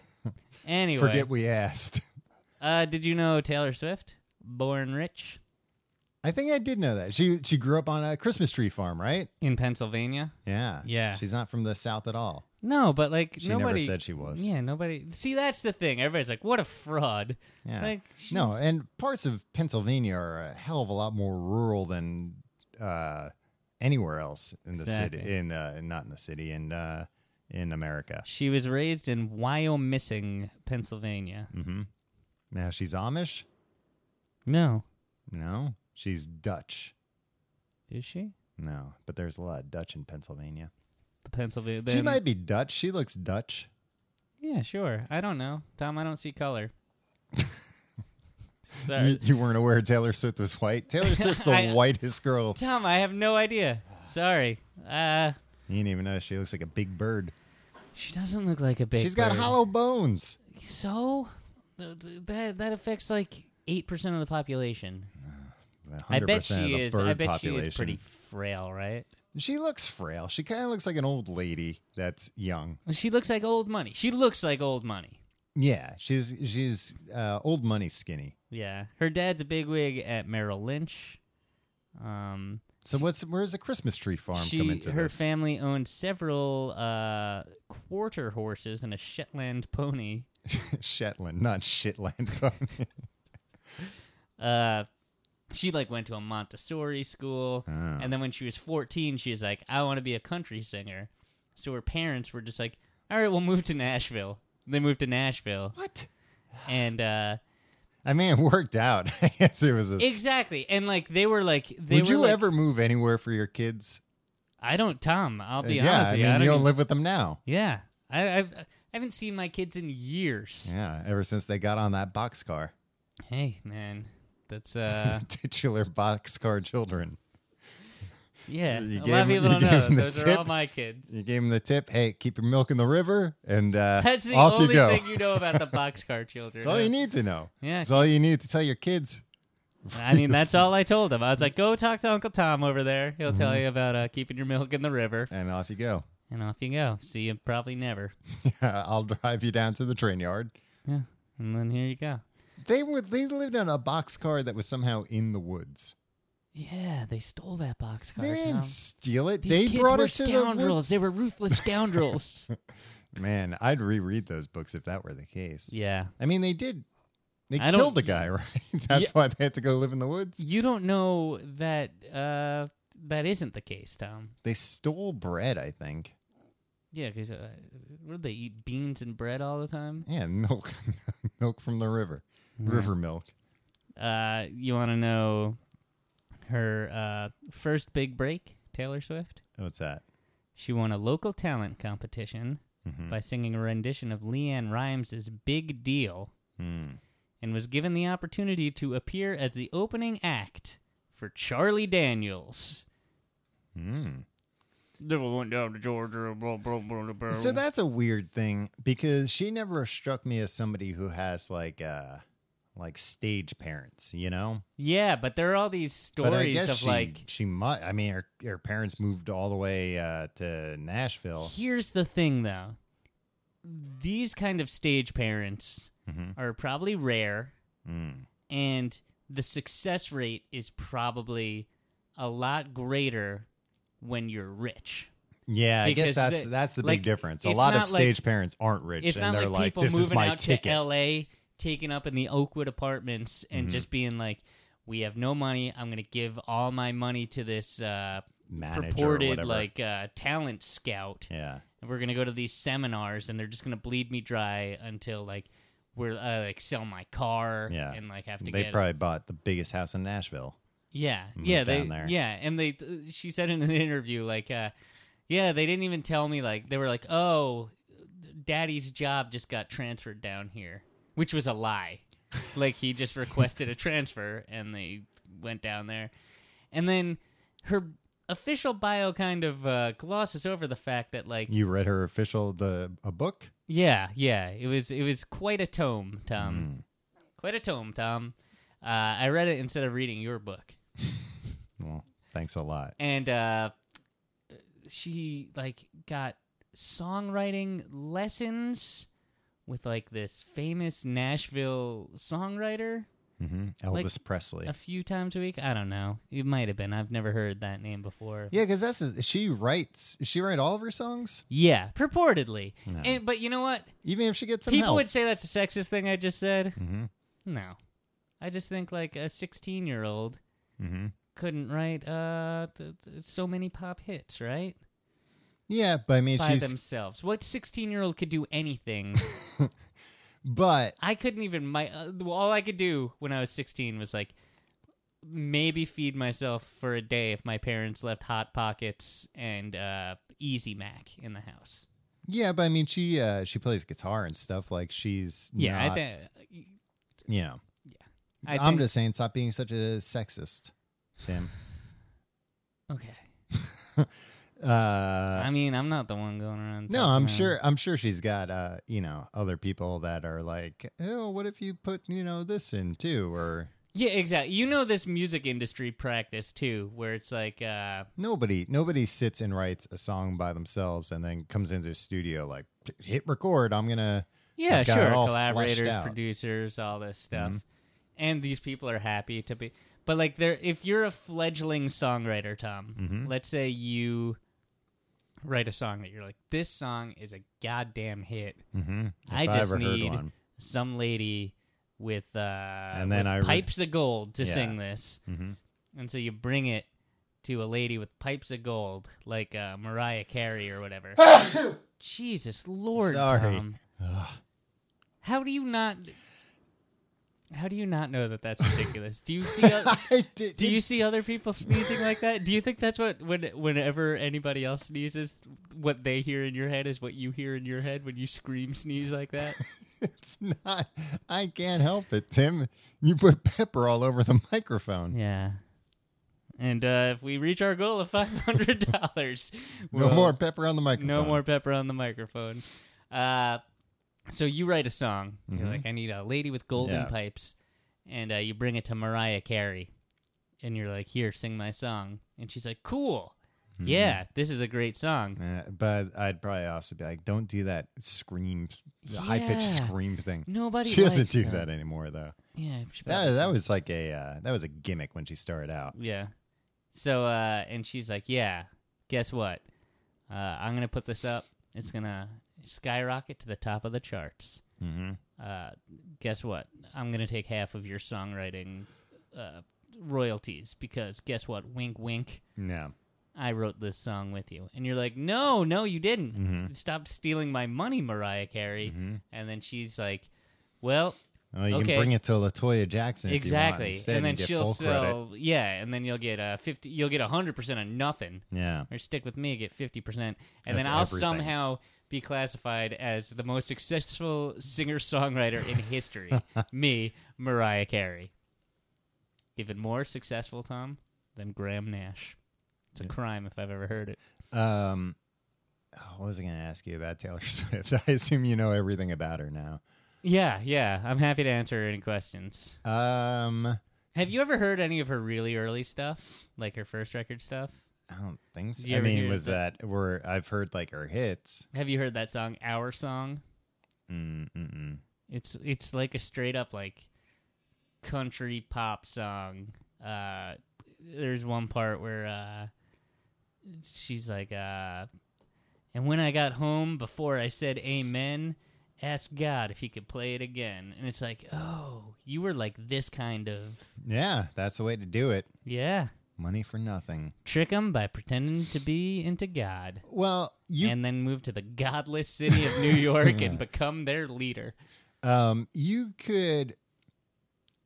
B: Anyway,
A: Forget we asked.
B: uh, did you know Taylor Swift, born rich
A: I think I did know that she she grew up on a Christmas tree farm, right?
B: in Pennsylvania?
A: Yeah,
B: Yeah.
A: She's not from the South at all.
B: No, but like
A: She
B: nobody
A: never said she was.
B: Yeah, nobody. See, that's the thing. Everybody's like, "What a fraud!"
A: Yeah.
B: Like,
A: no,
B: she's-
A: and parts of Pennsylvania are a hell of a lot more rural than uh, anywhere else in the
B: Exactly.
A: city. In uh, not in the city, in uh, in America.
B: She was raised in Wyomissing, Pennsylvania.
A: Mm-hmm. Now she's Amish.
B: No,
A: No, she's Dutch.
B: is she?
A: No, but there's a lot of Dutch in Pennsylvania.
B: The Pennsylvania.
A: she
B: then-
A: might be Dutch. She looks Dutch.
B: Yeah, sure. I don't know, Tom. I don't see color.
A: You,
B: Sorry,
A: you weren't aware Taylor Swift was white. Taylor Swift's the
B: Uh, I- uh,
A: whitest girl.
B: Tom. I have no idea. Sorry. Uh,
A: You didn't even know she looks like a big bird.
B: she doesn't look like a big.
A: She's got
B: bird.
A: hollow bones.
B: So Th- th- that that affects like eight percent of the population.
A: 100%
B: I bet
A: of
B: she
A: the
B: is.
A: Bird
B: I bet
A: population.
B: she is pretty frail, right?
A: She looks frail. She kind of looks like an old lady that's young.
B: She looks like old money. She looks like old money.
A: Yeah, she's she's uh, old money skinny.
B: Yeah, her dad's a bigwig at Merrill Lynch. Um,
A: So what's where's the Christmas tree farm
B: she
A: come into
B: her
A: this?
B: family owned several uh, quarter horses and a Shetland pony.
A: Shetland, not Shitland. pony.
B: Uh, she like went to a Montessori school,
A: Ah.
B: and then when she was fourteen, she was like, "I want to be a country singer." So her parents were just like, "All right, we'll move to Nashville." They moved to Nashville,
A: what?
B: and uh,
A: I mean, it worked out. I guess it was a
B: exactly, and like they were like, they
A: Would
B: were
A: you
B: like-
A: ever move anywhere for your kids?
B: I don't, Tom. I'll be
A: Uh, yeah,
B: honest.
A: I
B: with
A: mean,
B: you, I don't
A: you
B: even-
A: don't live with them now.
B: Yeah, I, I've I haven't seen my kids in years.
A: Yeah, ever since they got on that boxcar,
B: Hey, man, that's uh,
A: titular boxcar children.
B: yeah.
A: You
B: a
A: gave
B: lot of
A: him-
B: people
A: you
B: don't
A: gave
B: know
A: him the
B: those are
A: tip?
B: all my kids.
A: You gave them the tip, hey, keep your milk in the river, and uh,
B: That's the
A: off
B: only
A: you go.
B: thing you know about the boxcar children.
A: It's all you need to know.
B: Yeah.
A: It's all you need to tell your kids.
B: I mean, that's all I told him. I was like, "Go talk to Uncle Tom over there. He'll tell you about uh, keeping your milk in the river."
A: And off you go.
B: And off you go. See you probably never.
A: I'll drive you down to the train yard.
B: Yeah. And then here you go.
A: They would. They lived on a boxcar that was somehow in the woods.
B: Yeah, they stole that boxcar.
A: They
B: Tom.
A: didn't steal it.
B: These
A: they
B: kids
A: brought
B: were
A: it to the
B: scoundrels.
A: woods.
B: They were ruthless scoundrels.
A: Man, I'd reread those books if that were the case.
B: yeah.
A: I mean, they did. They
B: I
A: killed
B: don't-
A: the guy, right? That's
B: Yeah.
A: why they had to go live in the woods.
B: You don't know that uh, that isn't the case, Tom.
A: They stole bread, I think.
B: Yeah, because uh, what do they eat beans and bread all the time?
A: Yeah, milk, milk from the river, river milk.
B: Uh, you want to know her uh, first big break, Taylor Swift?
A: What's that?
B: She won a local talent
A: Mm-hmm.
B: competition by singing a rendition of Leanne Rimes' Big Deal.
A: Mm.
B: And and was given the opportunity to appear as the opening act for Charlie Daniels.
A: Hmm.
B: Devil went down to Georgia. Blah, blah, blah, blah.
A: So that's a weird thing because she never struck me as somebody who has like uh like stage parents, you know?
B: yeah, but there are all these
A: But I
B: stories
A: guess
B: of
A: she,
B: like
A: she must I mean her her parents moved all the way uh to Nashville.
B: Here's the thing, though. These kind of stage parents
A: Mm-hmm.
B: are probably rare,
A: Mm.
B: and the success rate is probably a lot greater when you're rich.
A: Yeah, I
B: Because
A: guess that's
B: the-
A: that's the big
B: like,
A: difference. A
B: it's
A: lot of
B: not like-
A: stage parents aren't rich
B: It's
A: and
B: not
A: they're
B: like,
A: like,
B: people
A: this is
B: moving
A: my
B: out
A: ticket. Mm-hmm.
B: to L.A., taking up in the Oakwood apartments, and just being like, "We have no money. I'm going to give all my money to this uh,
A: Manager or
B: purported
A: whatever.
B: like uh, talent scout."
A: Yeah.
B: and we're gonna go to these seminars and they're just gonna bleed me dry until like we're uh, like sell my car
A: Yeah.
B: and like have to
A: They
B: get
A: probably bought the biggest house in Nashville.
B: yeah yeah they
A: down there.
B: yeah and they she said in an interview like uh yeah they didn't even tell me like they were like oh daddy's job just got transferred down here which was a lie like he just requested a transfer and they went down there and then her official bio kind of uh, glosses over the fact that like
A: You read her official the a book?
B: Yeah, yeah. It was it was quite a tome,
A: Mm.
B: Tom. Quite a tome, Tom. Uh, I read it instead of reading your book,
A: Well, thanks a lot.
B: and uh, she like got songwriting lessons with like this famous Nashville songwriter
A: hmm Elvis
B: Like,
A: Presley.
B: a few times a week. I don't know. It might have been. I've never heard that name before.
A: Yeah, because that's the- she writes. She write all of her songs,
B: Yeah, purportedly.
A: No.
B: And but you know what?
A: even if she gets some
B: People
A: help.
B: would say that's a sexist thing I just said.
A: Mhm.
B: No. I just think like a 16 year old
A: Mhm.
B: couldn't write uh th- th- so many pop hits, right?
A: Yeah, but I mean,
B: By
A: she's.
B: themselves. What 16 year old could do anything?
A: But
B: I couldn't even my uh, all I could do when I was 16 was like maybe feed myself for a day if my parents left hot pockets and uh Easy Mac in the house.
A: yeah, but I mean, she uh, she plays guitar and stuff. Like she's.
B: Yeah,
A: not,
B: I think
A: You know,
B: I
A: I'm
B: think-
A: just saying, stop being such a sexist, Sam.
B: okay.
A: Uh,
B: I mean, I'm not the one going around.
A: No,
B: talking
A: I'm
B: around.
A: sure. I'm sure she's got, uh, you know, other people that are like, oh, what if you put, you know, this in too, or
B: Yeah, exactly. You know this music industry practice too, where it's like, uh,
A: nobody, nobody sits and writes a song by themselves and then comes into the studio like, hit record. I'm gonna,
B: yeah,
A: I've got it
B: sure,
A: all fleshed
B: collaborators,
A: out. Mm-hmm.
B: producers, all this stuff, and these people are happy to be. But like, there, if you're a fledgling songwriter, Tom,
A: Mm-hmm.
B: let's say you write a song that you're like, this song is a goddamn hit.
A: mm-hmm,
B: I just need some lady with uh,
A: And then
B: with
A: I re-
B: pipes of gold to
A: Yeah.
B: sing this.
A: Mm-hmm.
B: And so you bring it to a lady with pipes of gold, like uh, Mariah Carey or whatever. Jesus Lord,
A: Sorry.
B: Tom. How do you not? How do you not know that that's ridiculous? do you see? o-
A: I did,
B: Do you see other people sneezing like that? Do you think that's what when whenever anybody else sneezes, what they hear in your head is what you hear in your head when you scream sneeze like that?
A: it's not. I can't help it, Tim. You put pepper all over the microphone.
B: yeah. And uh, if we reach our goal of five hundred dollars,
A: No more pepper on the microphone.
B: No more pepper on the microphone. Uh, so you write a song. You're like, I need a lady with golden
A: Mm-hmm. Yeah.
B: pipes, and uh, you bring it to Mariah Carey, and you're like, here, sing my song, and she's like, cool,
A: Mm-hmm.
B: yeah, this is a great song.
A: Uh, but I'd probably also be like, don't do that scream, high pitched
B: Yeah.
A: scream thing.
B: Nobody
A: she doesn't
B: likes
A: do that anymore though.
B: Yeah, she
A: That,
B: probably-
A: that was like a uh, that was a gimmick when she started out.
B: yeah. So uh, and she's like, yeah, guess what? Uh, I'm gonna put this up. It's gonna skyrocket to the top of the charts.
A: Mm-hmm.
B: uh, guess what? I'm going to take half of your songwriting uh, royalties because guess what? Wink, wink.
A: Yeah,
B: I wrote this song with you. And you're like, no, no, you didn't.
A: Mm-hmm.
B: Stop stealing my money, Mariah Carey. And then she's like, well,
A: Well, you
B: Okay.
A: can bring it to Latoya Jackson if
B: exactly,
A: you want. Instead,
B: and then
A: you get
B: she'll
A: full
B: sell. Yeah, and then you'll get a fifty. You'll get hundred percent of nothing.
A: credit. Yeah,
B: Or stick with me, get fifty percent, and then
A: Of
B: I'll
A: everything.
B: somehow be classified as the most successful singer songwriter in history. me, Mariah Carey. Even more successful, Tom, than Graham Nash. It's a crime if I've ever heard it.
A: Um, oh, what was I going to ask you about Taylor Swift? I assume you know everything about her now.
B: Yeah, yeah. I'm happy to answer any questions.
A: Um,
B: Have you ever heard any of her really early stuff, like her first record stuff?
A: I don't think so.
B: Did you
A: I
B: ever
A: mean,
B: hear
A: was
B: the-
A: that where I've heard like her hits?
B: Have you heard that song, Our Song?
A: Mm, mm, mm.
B: It's it's like a straight up like country pop song. Uh, there's one part where uh, she's like, uh, "And when I got home, before I said amen, ask God if He could play it again." And it's like, oh, you were like this kind of
A: Yeah, that's the way to do it.
B: yeah,
A: Money for nothing.
B: trick 'em by pretending to be into God,
A: Well, you
B: and then move to the godless city of New York and become their leader.
A: Um, you could,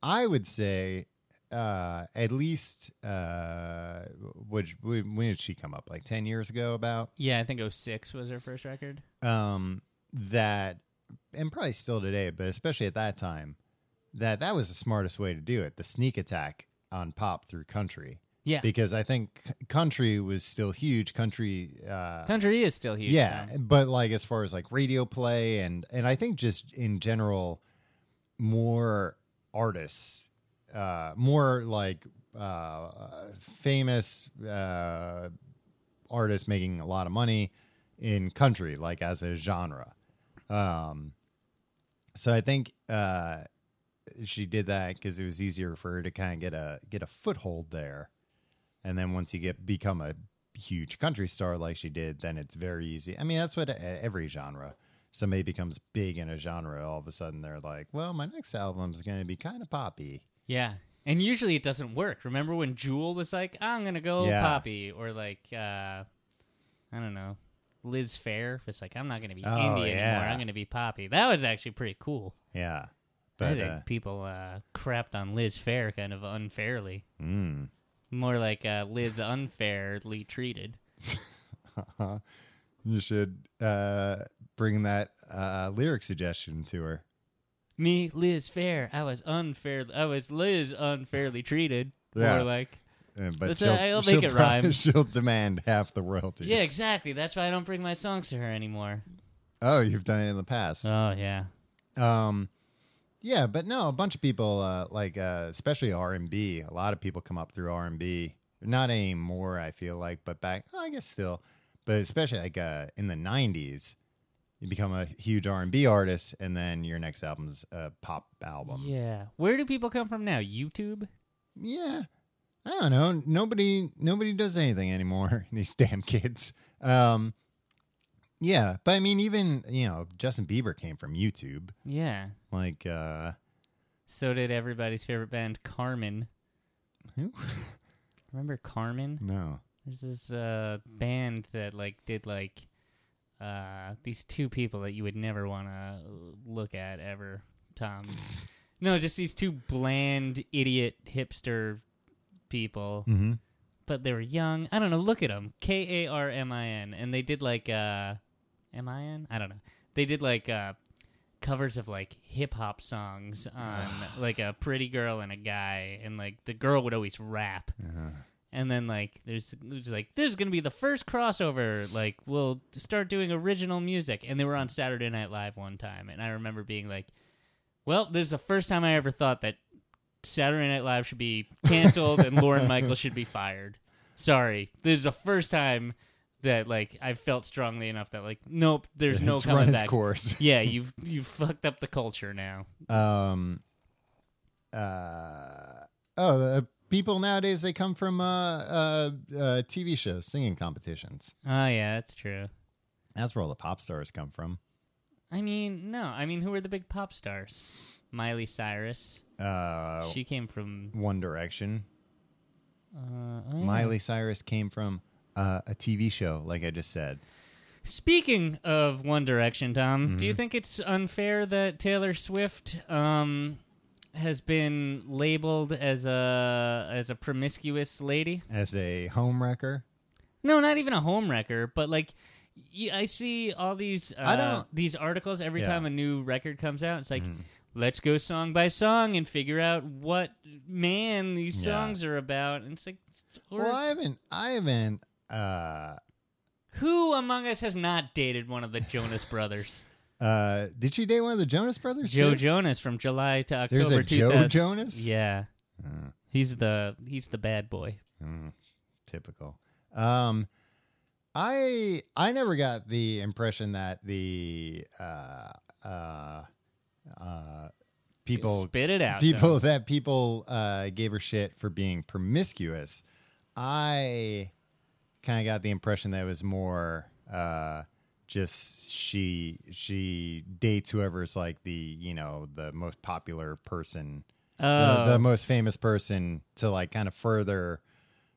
A: I would say, uh, at least, uh, which when when did she come up? Like ten years ago, about
B: Yeah, I think 06 was her first record.
A: um, that, and probably still today, but especially at that time, that that was the smartest way to do it. The sneak attack on pop through country,
B: Yeah.
A: because I think c- country was still huge. Country, uh,
B: Country E is still huge.
A: yeah
B: though.
A: but like as far as like radio play and and i think just in general more artists uh more like uh famous uh artists making a lot of money in country like as a genre um so i think uh she did that because it was easier for her to kind of get a get a foothold there and then once you get become a huge country star like she did then it's very easy i mean that's what uh, every genre somebody becomes big in a genre all of a sudden they're like well my next album's going to be kind of poppy
B: Yeah. And usually it doesn't work. Remember when Jewel was like, I'm going to go
A: Yeah.
B: poppy? Or like, uh, I don't know, Liz Fair was like, I'm not going to be
A: Oh,
B: indie anymore.
A: yeah.
B: I'm going to be poppy. That was actually pretty cool.
A: yeah
B: I
A: but
B: think
A: uh,
B: people uh, crapped on Liz Fair kind of unfairly.
A: mm.
B: More like uh, Liz unfairly treated.
A: mm. you should uh bring that uh lyric suggestion to her
B: Me, Liz Fair, I was unfair. I was Liz unfairly treated.
A: Yeah.
B: More like,
A: Uh, but
B: Let's,
A: she'll,
B: uh, I'll
A: she'll
B: make it
A: probably-
B: rhyme.
A: she'll demand half the royalties
B: yeah, exactly. That's why I don't bring my songs to her anymore.
A: oh you've done it in the past
B: Oh, yeah.
A: Um, yeah, but no, a bunch of people uh, like uh, especially R and B. A lot of people come up through R and B. Not anymore, I feel like, but back oh, I guess still, but especially like uh, in the '90s, you become a huge R and B artist, and then your next album's a pop album. Yeah.
B: Yeah. Where do people come from now? YouTube?
A: I don't know. Nobody, nobody does anything anymore. These damn kids. Um, yeah, but I mean, even you know, Justin Bieber came from YouTube.
B: Yeah.
A: Like, uh,
B: So did everybody's favorite band, Carmen.
A: who?
B: Remember Carmen?
A: no.
B: There's this uh, band that like did like uh, these two people that you would never want to look at ever, Tom. no, just these two bland idiot hipster people.
A: Mm-hmm.
B: but they were young. I don't know. Look at them. K A R M I N, and they did like uh, M I N. I don't know. They did like uh, covers of like hip hop songs on like a pretty girl and a guy, and like the girl would always rap. And then like there's it was like this is gonna be the first crossover. Like we'll start doing original music, and they were on Saturday Night Live one time, and I remember being like, "Well, this is the first time I ever thought that Saturday Night Live should be canceled and Lauren Michaels should be fired." Sorry, this is the first time that like I felt strongly enough that like nope, there's no
A: it's
B: coming
A: run its
B: back.
A: course.
B: Yeah, you've you've fucked up the culture now.
A: Um, uh, oh, the people nowadays they come from uh, uh, uh, TV shows, singing competitions.
B: Oh yeah, that's true.
A: That's where all the pop stars come from.
B: I mean, no, I mean, who are the big pop stars? Miley Cyrus.
A: Uh,
B: She came from
A: One Direction.
B: uh, oh, yeah.
A: Miley Cyrus came from uh, a TV show, like I just said.
B: Speaking of One Direction, Tom, do
A: Mm-hmm.
B: you think it's unfair that Taylor Swift um, has been labeled as a as a promiscuous lady?
A: as a home wrecker.
B: No, not even a homewrecker, but like y- I see all these uh,
A: I don't-
B: these articles every
A: Yeah. Mm-hmm.
B: time a new record comes out. It's like let's go song by song and figure out what man these
A: Yeah.
B: songs are about. And it's like, or
A: Well, I haven't. I haven't. Uh,
B: who among us has not dated one of the Jonas Brothers?
A: uh, did she date one of the Jonas Brothers?
B: Joe
A: too?
B: Jonas from July to October.
A: There's a Joe
B: 2000.
A: Jonas.
B: Yeah,
A: Uh,
B: he's the he's the bad boy.
A: mm, typical. Um, I I never got the impression that the uh, uh, uh, people
B: Spit it out.
A: people
B: Tom.
A: that people uh, gave her shit for being promiscuous. I kind of got the impression that it was more uh, just she she dates whoever's like the you know the most popular person,
B: Oh,
A: the, the most famous person to like kind of further.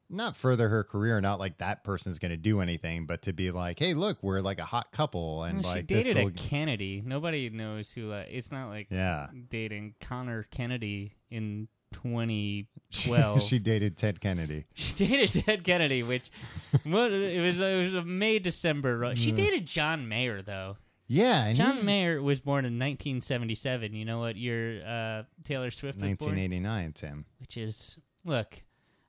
A: Not further her career, not like that person's going to do anything, but to be like, hey, look, we're like a hot couple, and
B: Oh. she
A: like this
B: dated
A: will,
B: a Kennedy. Nobody knows who. Like, it's not like
A: yeah,
B: dating Connor Kennedy in 2012.
A: well,
B: she,
A: she dated Ted Kennedy.
B: dated Ted Kennedy, which what, it was it was May December. right? She dated John Mayer though.
A: Yeah, and
B: John
A: he's-
B: Mayer was born in 1977. You know what year uh, Taylor Swift was born?
A: 1989, Tim.
B: Which is look,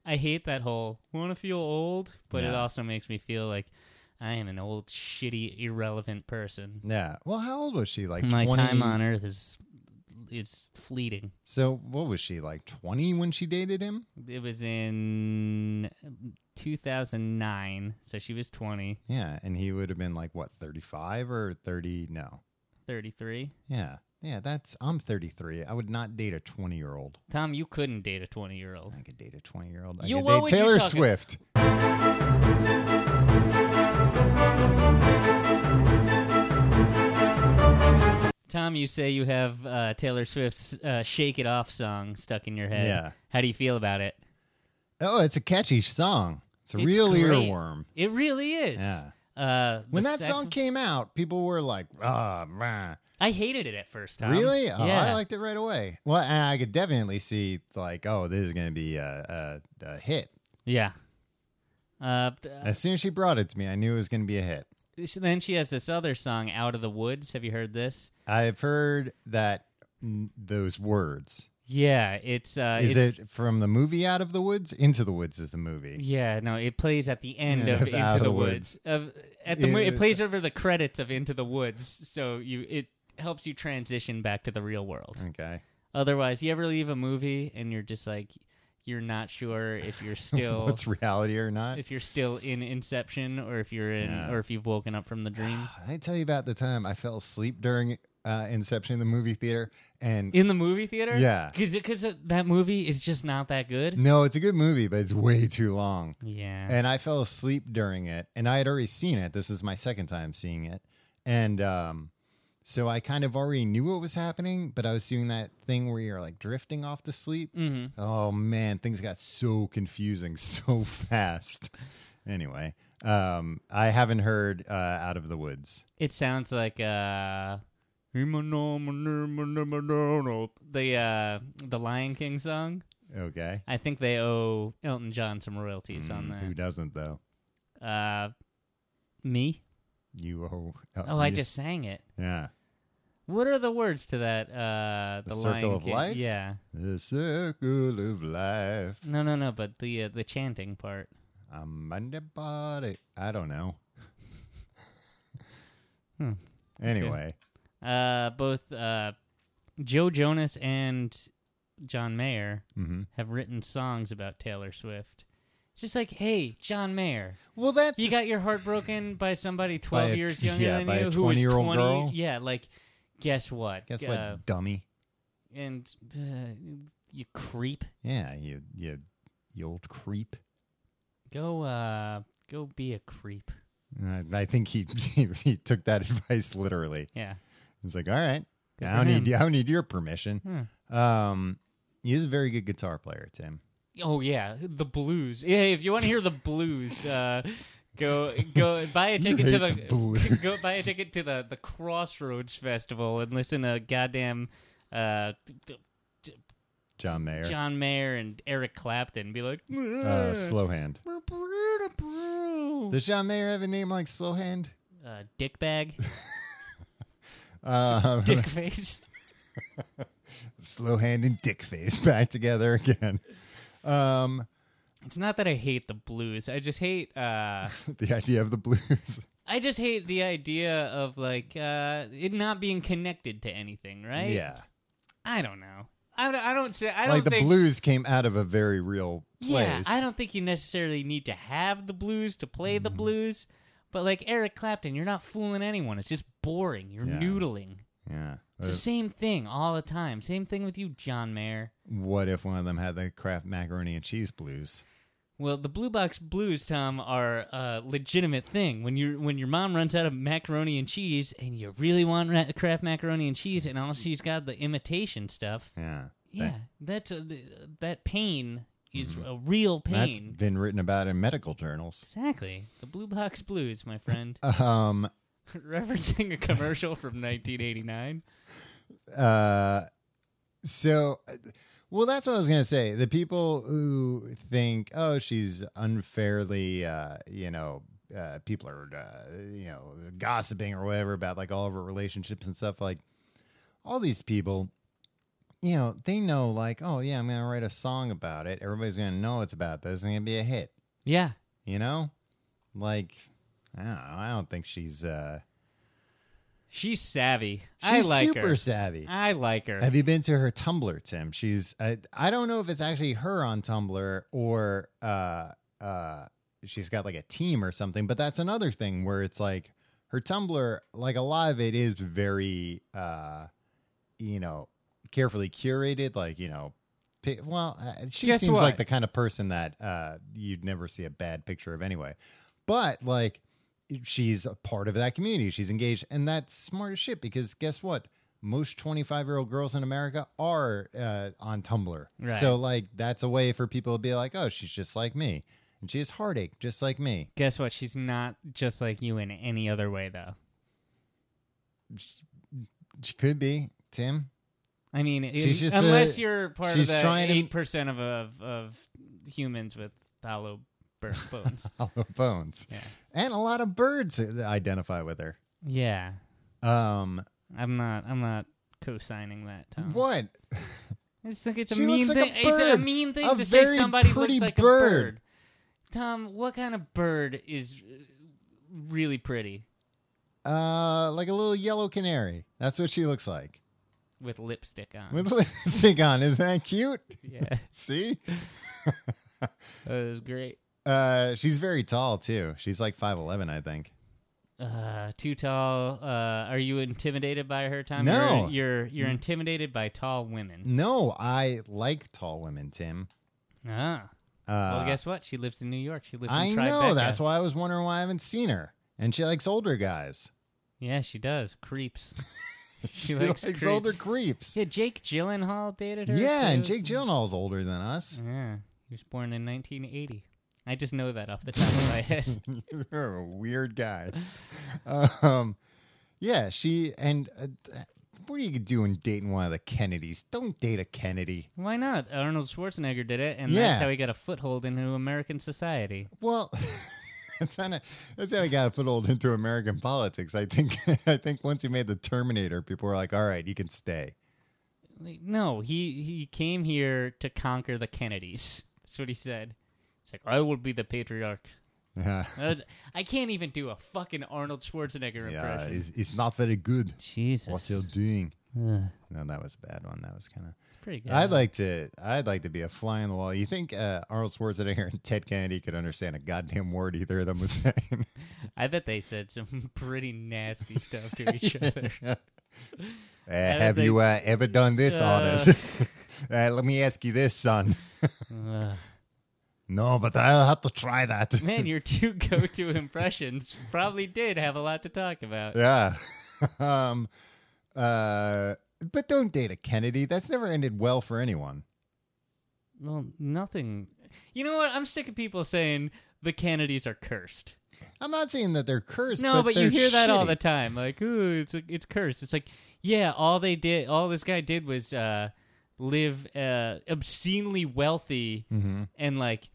B: I hate that whole want to feel old, but it
A: Yeah.
B: also makes me feel like I am an old, shitty, irrelevant person.
A: Yeah. Well, how old was she? Like
B: My
A: 20?
B: time on Earth is is fleeting.
A: So what was she like? Twenty when she dated him?
B: It was in 2009, so she was 20,
A: Yeah, and he would have been like what, thirty-five or thirty? No.
B: 33.
A: Yeah. Yeah. That's I'm thirty-three. I would not date a twenty-year-old.
B: Tom, you couldn't date a 20 year old.
A: I could date a twenty-year-old. I
B: You-
A: could
B: what
A: date
B: would you
A: Taylor
B: talk-
A: Swift.
B: Tom, you say you have uh, Taylor Swift's uh, "Shake It Off" song stuck in your head.
A: Yeah.
B: How do you feel about it?
A: Oh, it's a catchy song. It's a
B: It's
A: real
B: great.
A: earworm.
B: It really is.
A: Yeah.
B: Uh,
A: When
B: the
A: that
B: sax-
A: song came out, people were like, "Ah, meh."
B: I hated it at first. Tom.
A: Really? Oh,
B: yeah.
A: I liked it right away. Well, and I could definitely see like, oh, this is going to be a, a, a hit.
B: Yeah. Uh, d-
A: As soon as she brought it to me, I knew it was going to be a hit.
B: so then she has this other song, "Out of the Woods." Have you heard this?
A: I've heard that n- those words.
B: Yeah, it's uh,
A: Is
B: it's,
A: it from the movie Out of the Woods? Into the Woods is the movie.
B: Yeah, no, it plays at the end
A: Yeah,
B: of
A: of
B: Into
A: Out of
B: the
A: the
B: Woods. Of at the mo- it
A: Yeah.
B: plays over the credits of Into the Woods, so you it helps you transition back to the real world.
A: Okay.
B: Otherwise, you ever leave a movie and you're just like you're not sure if you're still
A: What's reality or not?
B: Oh. if you're still in Inception or if you're in
A: Yeah.
B: or if you've woken up from the dream.
A: I tell you about the time I fell asleep during uh, Inception in the movie theater, and
B: In the movie theater?
A: Yeah.
B: Because that movie is just not that good.
A: no, it's a good movie, but it's way too long.
B: Yeah.
A: and I fell asleep during it. And I had already seen it. This is my second time seeing it, and um, so I kind of already knew what was happening. But I was doing that thing where you're like drifting off to sleep.
B: Mhm.
A: Oh man, things got so confusing so fast. anyway, um, I haven't heard uh, "Out of the Woods."
B: It sounds like uh the uh the Lion King song.
A: Okay,
B: I think they owe Elton John some royalties
A: Mm, who
B: on
A: doesn't though?
B: that. Uh me?
A: You owe.
B: Oh, I just sang it.
A: yeah.
B: What are the words to that uh the,
A: The
B: Lion
A: Circle of
B: King?
A: Life?
B: Yeah.
A: The circle of life.
B: No, no, no, but the uh, the chanting part.
A: I'm underbody. I don't know.
B: Hmm.
A: Anyway,
B: Uh both uh Joe Jonas and John Mayer
A: hmm
B: have written songs about Taylor Swift. It's just like, "Hey, John Mayer,
A: well, that's
B: You got your heart broken by somebody 12
A: a-
B: years younger
A: yeah,
B: than
A: by
B: you
A: a
B: who was
A: 20-year-old
B: 20
A: girl?
B: Yeah, like guess what?
A: guess
B: Uh,
A: what, dummy?
B: And uh, you creep.
A: Yeah, you you you old creep.
B: Go uh go be a creep.
A: Uh, I think he, he he took that advice literally.
B: Yeah.
A: He's like, all right,
B: Good
A: I
B: for
A: don't
B: him.
A: need I don't need your permission.
B: Hmm.
A: Um, he is a very good guitar player, Tim.
B: Oh yeah, the blues. Yeah, if you want to hear the blues, uh Go go buy a ticket to
A: hate
B: the
A: booze.
B: go buy a ticket to the the Crossroads Festival and listen to goddamn uh,
A: John Mayer.
B: John Mayer and Eric Clapton be like
A: uh, Slowhand.
B: "We're brew to brew."
A: Does John Mayer have a name like Slowhand?
B: uh, dick bag,
A: Uh,
B: dick face.
A: Slowhand and Dickface back together again. Um,
B: It's not that I hate the blues. I just hate uh
A: the idea of the blues.
B: I just hate the idea of like uh it not being connected to anything, right?
A: Yeah.
B: I don't know. I don't, I don't say I
A: Like
B: don't
A: the
B: think
A: blues came out of a very real place.
B: Yeah, I don't think you necessarily need to have the blues to play
A: Mm-hmm.
B: the blues, but like Eric Clapton, you're not fooling anyone. It's just boring. You're
A: Yeah.
B: noodling.
A: Yeah. Uh,
B: It's the same thing all the time. Same thing with you, John Mayer.
A: What if one of them had the Kraft macaroni and cheese blues?
B: Well, the Blue Box Blues, Tom, are a legitimate thing. When you when your mom runs out of macaroni and cheese, and you really want ra- Kraft macaroni and cheese, and all she's got the imitation stuff.
A: Yeah.
B: Yeah, that's a, that pain is a real
A: Mm-hmm. That's
B: pain.
A: been written about in medical journals.
B: Exactly, the Blue Box Blues, my friend,
A: Um,
B: referencing a commercial from 1989.
A: uh, so, uh, well, that's what I was going to say. The people who think, oh, she's unfairly, uh, you know, uh, people are, uh, you know, gossiping or whatever about like all of her relationships and stuff. Like, all these people, you know, they know, like, oh, yeah, I'm going to write a song about it. Everybody's going to know it's about this. It's going to be a hit.
B: Yeah,
A: you know like i don't, know, I don't think she's uh
B: she's savvy.
A: she's
B: I like
A: super
B: her.
A: savvy
B: I like her.
A: have you been to her tumblr tim she's I, I don't know if it's actually her on tumblr or uh uh she's got like a team or something but that's another thing where it's like her tumblr like a lot of it is very uh you know carefully curated like you know pi- well uh, she
B: Guess
A: seems
B: what?
A: like the kind of person that uh you'd never see a bad picture of anyway but like she's a part of that community she's engaged and that's smart as shit because guess what most 25 year old girls in america are uh, on tumblr
B: Right.
A: so like that's a way for people to be like oh she's just like me and she has heartache just like me
B: Guess what? She's not just like you in any other way, though.
A: she could be tim
B: I mean, it-
A: She's just
B: unless
A: a-
B: you're part
A: she's
B: of the
A: trying to-
B: eight percent of, of of humans with hollow bur- bones.
A: hollow bones
B: Yeah.
A: and a lot of birds identify with her
B: yeah,
A: um
B: I'm not. I'm not co-signing that. Tom.
A: what
B: It's like it's a
A: She
B: mean
A: looks like a
B: thing. it's a
A: bird.
B: mean thing
A: A
B: to say
A: very
B: somebody looks
A: pretty
B: like a
A: bird.
B: bird. Tom, what kind of bird is uh, really pretty
A: uh like a little yellow canary that's what she looks like
B: with lipstick on?
A: with lipstick on isn't that cute
B: yeah,
A: see
B: that was great.
A: uh she's very tall too she's like 5'11 i think
B: Uh, too tall. Uh, are you intimidated by her, Tom?
A: No. Mm.
B: you're you're, you're intimidated by tall women.
A: No, I like tall women, Tim.
B: Ah.
A: Mm. Uh,
B: Well, guess what? She lives in New York. She lives
A: I
B: in
A: know.
B: Tribeca.
A: That's why I was wondering why I haven't seen her. And she likes older guys.
B: Yeah, she does. Creeps. she,
A: She likes,
B: likes, creeps.
A: older creeps.
B: Yeah, Jake Gyllenhaal dated her.
A: Yeah, and
B: too.
A: Jake Gyllenhaal's older than us.
B: Yeah, he was born in 1980. I just know that off the top of my head.
A: You're a weird guy. Um, yeah, she and uh, th- what are you doing dating one of the Kennedys? Don't date a Kennedy.
B: Why not? Arnold Schwarzenegger did it, and
A: Yeah.
B: that's how he got a foothold into American society.
A: Well, that's kind of that's how I got foothold into American politics. I think I think once he made the Terminator, people were like, "All right, you can stay."
B: Like, No, he he came here to conquer the Kennedys. That's what he said. He's like, I will be the patriarch.
A: Yeah.
B: That was- I can't even do a fucking Arnold Schwarzenegger
A: Yeah,
B: impression.
A: it's, it's not very good.
B: Jesus,
A: What you're doing?
B: Ugh,
A: No, that was a bad one. That was kind of.
B: it's pretty good.
A: I'd like to. I'd like to be a fly on the wall. You think uh, Arnold Schwarzenegger and Ted Kennedy could understand a goddamn word either of them was saying?
B: I bet they said some pretty nasty stuff to each other.
A: Uh,
B: don't
A: have you uh, ever done this, Arnold? uh, let me ask you this, son.
B: Ugh.
A: No, but I'll have to try that.
B: Man, your two go-to impressions probably did have a lot to talk about.
A: yeah. um. Uh. But don't date a Kennedy. That's never ended well for anyone.
B: Well, nothing. You know what? I'm sick of people saying the Kennedys are cursed.
A: I'm not saying that they're cursed.
B: No, but, you
A: they're
B: hear that all
A: shitty.
B: the time. Like, ooh, it's a, it's cursed. It's like, yeah, all they did, all this guy did was uh, live uh, obscenely wealthy
A: Mm-hmm.
B: and like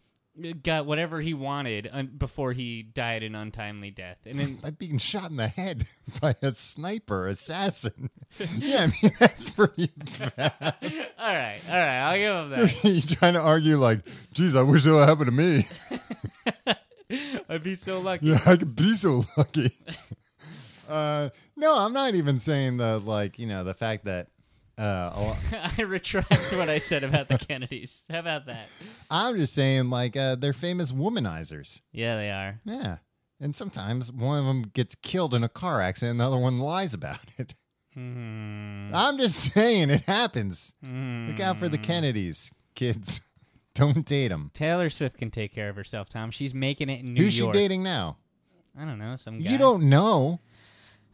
B: got whatever he wanted un- before he died an untimely death. And then
A: by being shot in the head by a sniper assassin. yeah, I mean that's pretty bad.
B: all right, all right, I'll give him that.
A: you trying to argue like, geez, I wish that would happen to me.
B: I'd be so lucky.
A: Yeah, I could be so lucky. uh, no, I'm not even saying that. Like, you know, the fact that uh, a lo-
B: I retract what I said about the Kennedys. How about that?
A: I'm just saying like uh, they're famous womanizers.
B: Yeah, they are.
A: Yeah, and sometimes one of them gets killed in a car accident, and the other one lies about it.
B: Hmm.
A: I'm just saying it happens.
B: Hmm.
A: Look out for the Kennedys, kids. Don't date them.
B: Taylor Swift can take care of herself, Tom. She's making it in New
A: Who's
B: York.
A: she dating now?
B: I don't know, some guy.
A: You don't know.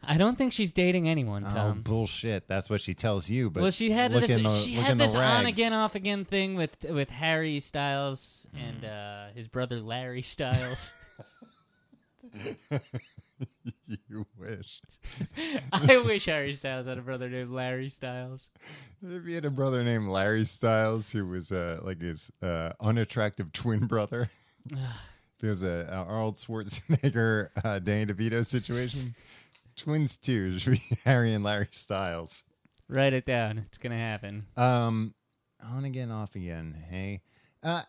B: I don't think she's dating anyone,
A: Oh
B: Tom.
A: bullshit! That's what she tells you. But
B: well, she had
A: look
B: this,
A: in the,
B: she
A: look
B: had
A: in the
B: this
A: rags.
B: on again, off again thing with with Harry Styles
A: Mm-hmm.
B: and uh, his brother Larry Styles.
A: you wish.
B: I wish Harry Styles had a brother named Larry Styles.
A: If he had a brother named Larry Styles, who was uh, like his uh, unattractive twin brother, it was a, a Arnold Schwarzenegger, uh, Danny DeVito situation. Twins two it should be Harry and Larry Styles.
B: Write it down. It's gonna happen.
A: Um, on again, off again. Hey, uh,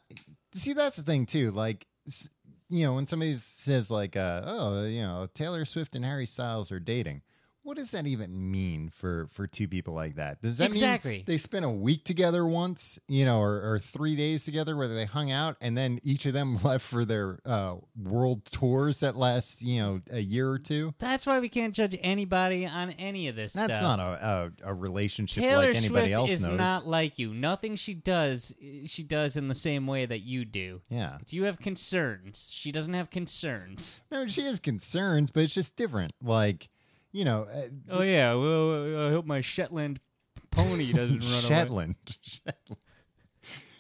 A: see that's the thing too. Like, s- you know, when somebody says like, uh, oh, you know, Taylor Swift and Harry Styles are dating. What does that even mean for for two people like that? Does that
B: Exactly.
A: mean they spent a week together once, you know, or, or three days together, whether they hung out and then each of them left for their uh, world tours that last, you know, a year or two?
B: That's why we can't judge anybody on any of this
A: That's
B: stuff.
A: not a, a, a relationship
B: Taylor
A: like anybody
B: Swift
A: else
B: is
A: knows.
B: not like you. Nothing she does, eh, she does in the same way that you do.
A: yeah.
B: Do you have concerns? She doesn't have concerns.
A: No, she has concerns, but it's just different. Like, you know, uh,
B: Oh yeah. Well, I hope my Shetland pony doesn't run away.
A: Shetland. Shetland.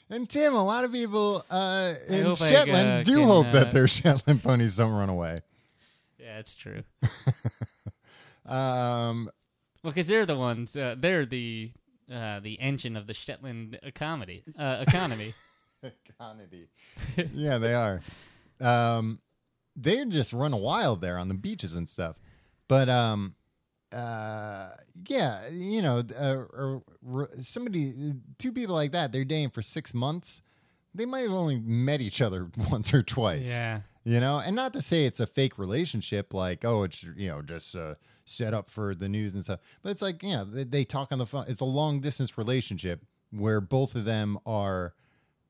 A: And Tim, a lot of people uh, in
B: hope I,
A: Shetland
B: uh,
A: do
B: can,
A: hope
B: uh,
A: that their Shetland ponies don't run away.
B: Yeah, it's true.
A: Um,
B: Well, because they're the ones. Uh, they're the uh, the engine of the Shetland economy. Uh, economy.
A: Kennedy. yeah, they are. Um, they just run wild there on the beaches and stuff. But um, uh, yeah, you know, uh, or, or somebody, two people like that, they're dating for six months. They might have only met each other once or twice.
B: yeah.
A: You know, and not to say it's a fake relationship, like oh, it's you know just uh, set up for the news and stuff. But it's like yeah, they, they talk on the phone. It's a long distance relationship where both of them are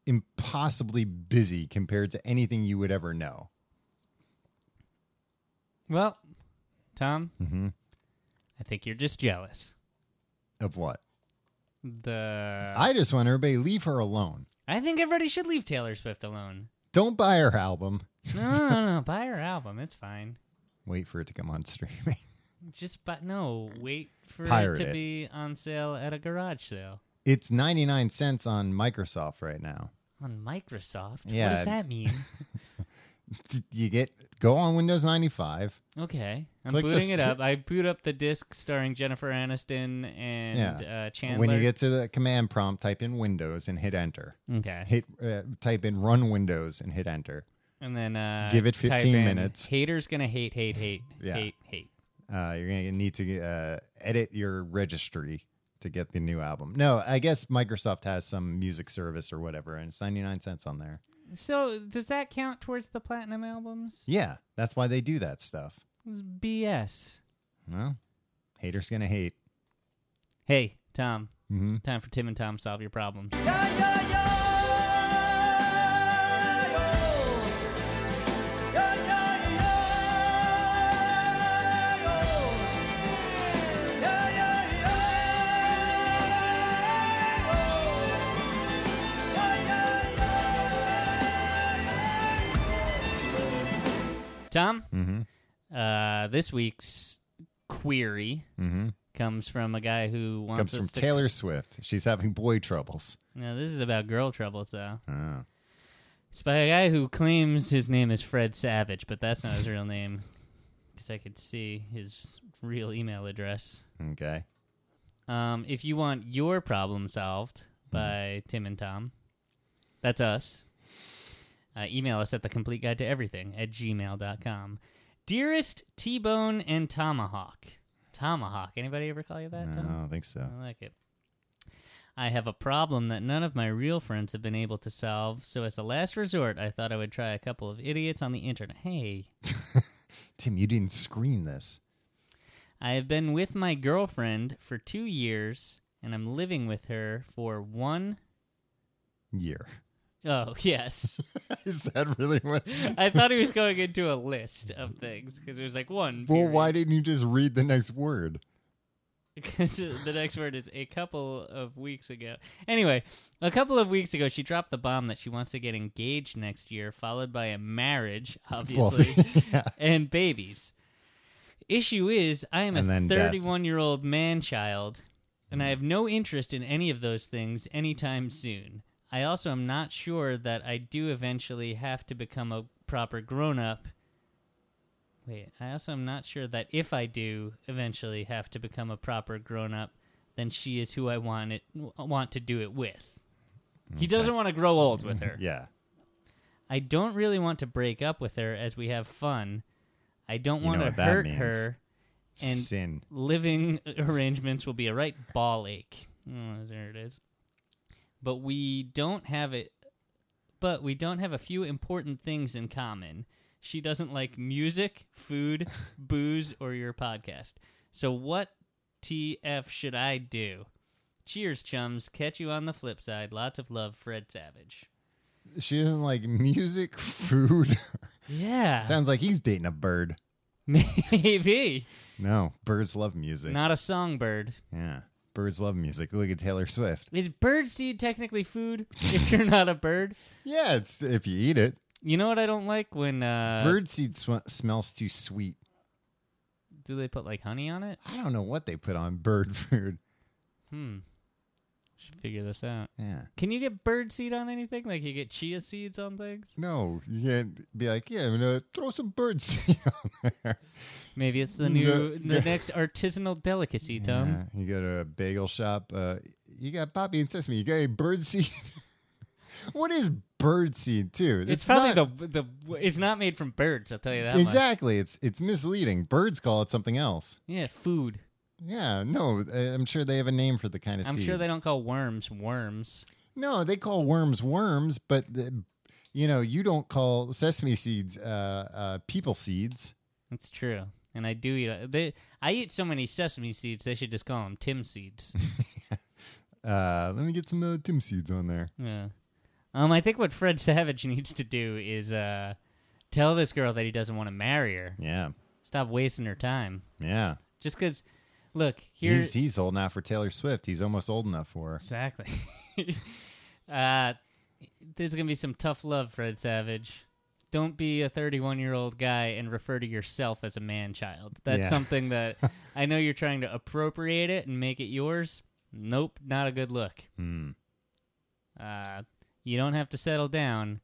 A: impossibly busy compared to anything you would ever know.
B: Well, Tom,
A: Mhm.
B: I think you're just jealous.
A: Of what?
B: The I,
A: I just want everybody to leave her alone.
B: think everybody should leave Taylor Swift alone.
A: Don't buy her album.
B: No, no, no, no. Buy her album. It's fine.
A: Wait for it to come on streaming.
B: Just but no. Wait for
A: Pirate
B: it to
A: it.
B: be on sale at a garage sale
A: It's ninety nine cents on Microsoft right now.
B: on Microsoft. What
A: Yeah.
B: does that mean?
A: You get go on Windows ninety five.
B: Okay, I'm
A: Click the
B: booting it
A: st-
B: up. I boot up the disc starring Jennifer Aniston and uh, Chandler.
A: When you get to the command prompt, type in Windows and hit enter.
B: okay,
A: hit uh, type in run windows and hit enter
B: and then uh,
A: Give it
B: type
A: 15
B: in,
A: minutes.
B: Haters gonna hate, hate, hate,
A: Yeah.
B: hate, hate.
A: uh, you're gonna need to uh, edit your registry to get the new album no i guess microsoft has some music service or whatever and it's 99 cents on there
B: So does that count towards the platinum albums?
A: yeah that's why they do that stuff
B: It's BS.
A: well haters gonna hate
B: Hey, Tom.
A: hmm
B: Time for Tim and Tom solve your problems. Tom,
A: mm-hmm
B: uh, this week's query
A: mm-hmm
B: comes from a guy who wants
A: comes
B: us
A: from
B: to
A: taylor swift she's having boy troubles
B: No, this is about girl troubles, though.
A: oh.
B: It's by a guy who claims his name is Fred Savage, but that's not his real name. Because I could see his real email address.
A: Okay.
B: Um, if you want your problem solved by Tim and Tom, that's us. Uh, email us at the complete guide to everything at gmail.com. Dearest T Bone and Tomahawk. Tomahawk. Anybody ever call you that?
A: No, I
B: Tom?
A: don't think so.
B: I like it. I have a problem that none of my real friends have been able to solve, so as a last resort, I thought I would try a couple of idiots on the internet. Hey,
A: Tim, you didn't screen this.
B: I have been with my girlfriend for two years, and I'm living with her for one.
A: Year.
B: Oh, yes.
A: Is that really what?
B: I thought he was going into a list of things because it was like one.
A: Well,
B: period.
A: why didn't you just read the next word?
B: Because the next word is a couple of weeks ago. Anyway, a couple of weeks ago, she dropped the bomb that she wants to get engaged next year, followed by a marriage, obviously,
A: yeah.
B: and babies. Issue is, I am
A: And
B: a
A: then death.
B: 31 year old man child, and I have no interest in any of those things anytime soon. I also am not sure that I do eventually have to become a proper grown up. Wait, I also am not sure that if I do eventually have to become a proper grown up, then she is who I want it want to do it with. He doesn't want to grow old with her.
A: Yeah.
B: I don't really want to break up with her as we have fun. I don't
A: You
B: want
A: know
B: to
A: what that
B: hurt
A: means.
B: her, and
A: Sin.
B: living arrangements will be a right ball ache. Oh, there it is. But we don't have it. But we don't have a few important things in common. She doesn't like music, food, booze, or your podcast. So what TF should I do? Cheers, chums. Catch you on the flip side. Lots of love, Fred Savage.
A: She doesn't like music, food.
B: Yeah.
A: Sounds like he's dating a bird.
B: Maybe.
A: No, birds love music.
B: Not a songbird.
A: yeah. Birds love music. Look at Taylor Swift.
B: Is birdseed technically food if you're not a bird?
A: Yeah, it's if you eat it.
B: You know what I don't like when uh
A: Birdseed sw- smells too sweet.
B: do they put like honey on it?
A: I don't know what they put on bird food.
B: Hmm. Should figure this out.
A: Yeah.
B: Can you get bird seed on anything? Like you get chia seeds on things?
A: No, you can't be like, yeah, I'm gonna throw some bird seed on there.
B: Maybe it's Mm, the
A: No.
B: new the next artisanal delicacy, Tom.
A: Yeah, you go to a bagel shop. Uh, you got poppy and sesame. You got any bird seed. what is bird seed too?
B: It's, probably the the it's not made from birds, I'll tell you that much.
A: exactly. It's it's misleading. Birds call it something else.
B: Yeah, food.
A: Yeah, no, I- I'm sure they have a name for the kind of
B: I'm
A: seed.
B: sure they don't call worms worms.
A: No, they call worms worms, but the, you know you don't call sesame seeds uh, uh, people seeds.
B: That's true. And I do eat. uh, They, I eat so many sesame seeds. They should just call them Tim seeds.
A: Uh, let me get some uh, Tim seeds on there.
B: yeah. Um, I think what Fred Savage needs to do is uh, tell this girl that he doesn't want to marry her.
A: Yeah,
B: Stop wasting her time.
A: yeah.
B: Just because, look here.
A: he's he's holding out for Taylor Swift. He's almost old enough for her.
B: Exactly. uh, there's gonna be some tough love, Fred Savage. Don't be a 31 year old guy and refer to yourself as a man child. That's
A: Yeah.
B: something that I know you're trying to appropriate it and make it yours. Nope, not a good look.
A: Hmm.
B: Uh, you don't have to settle down,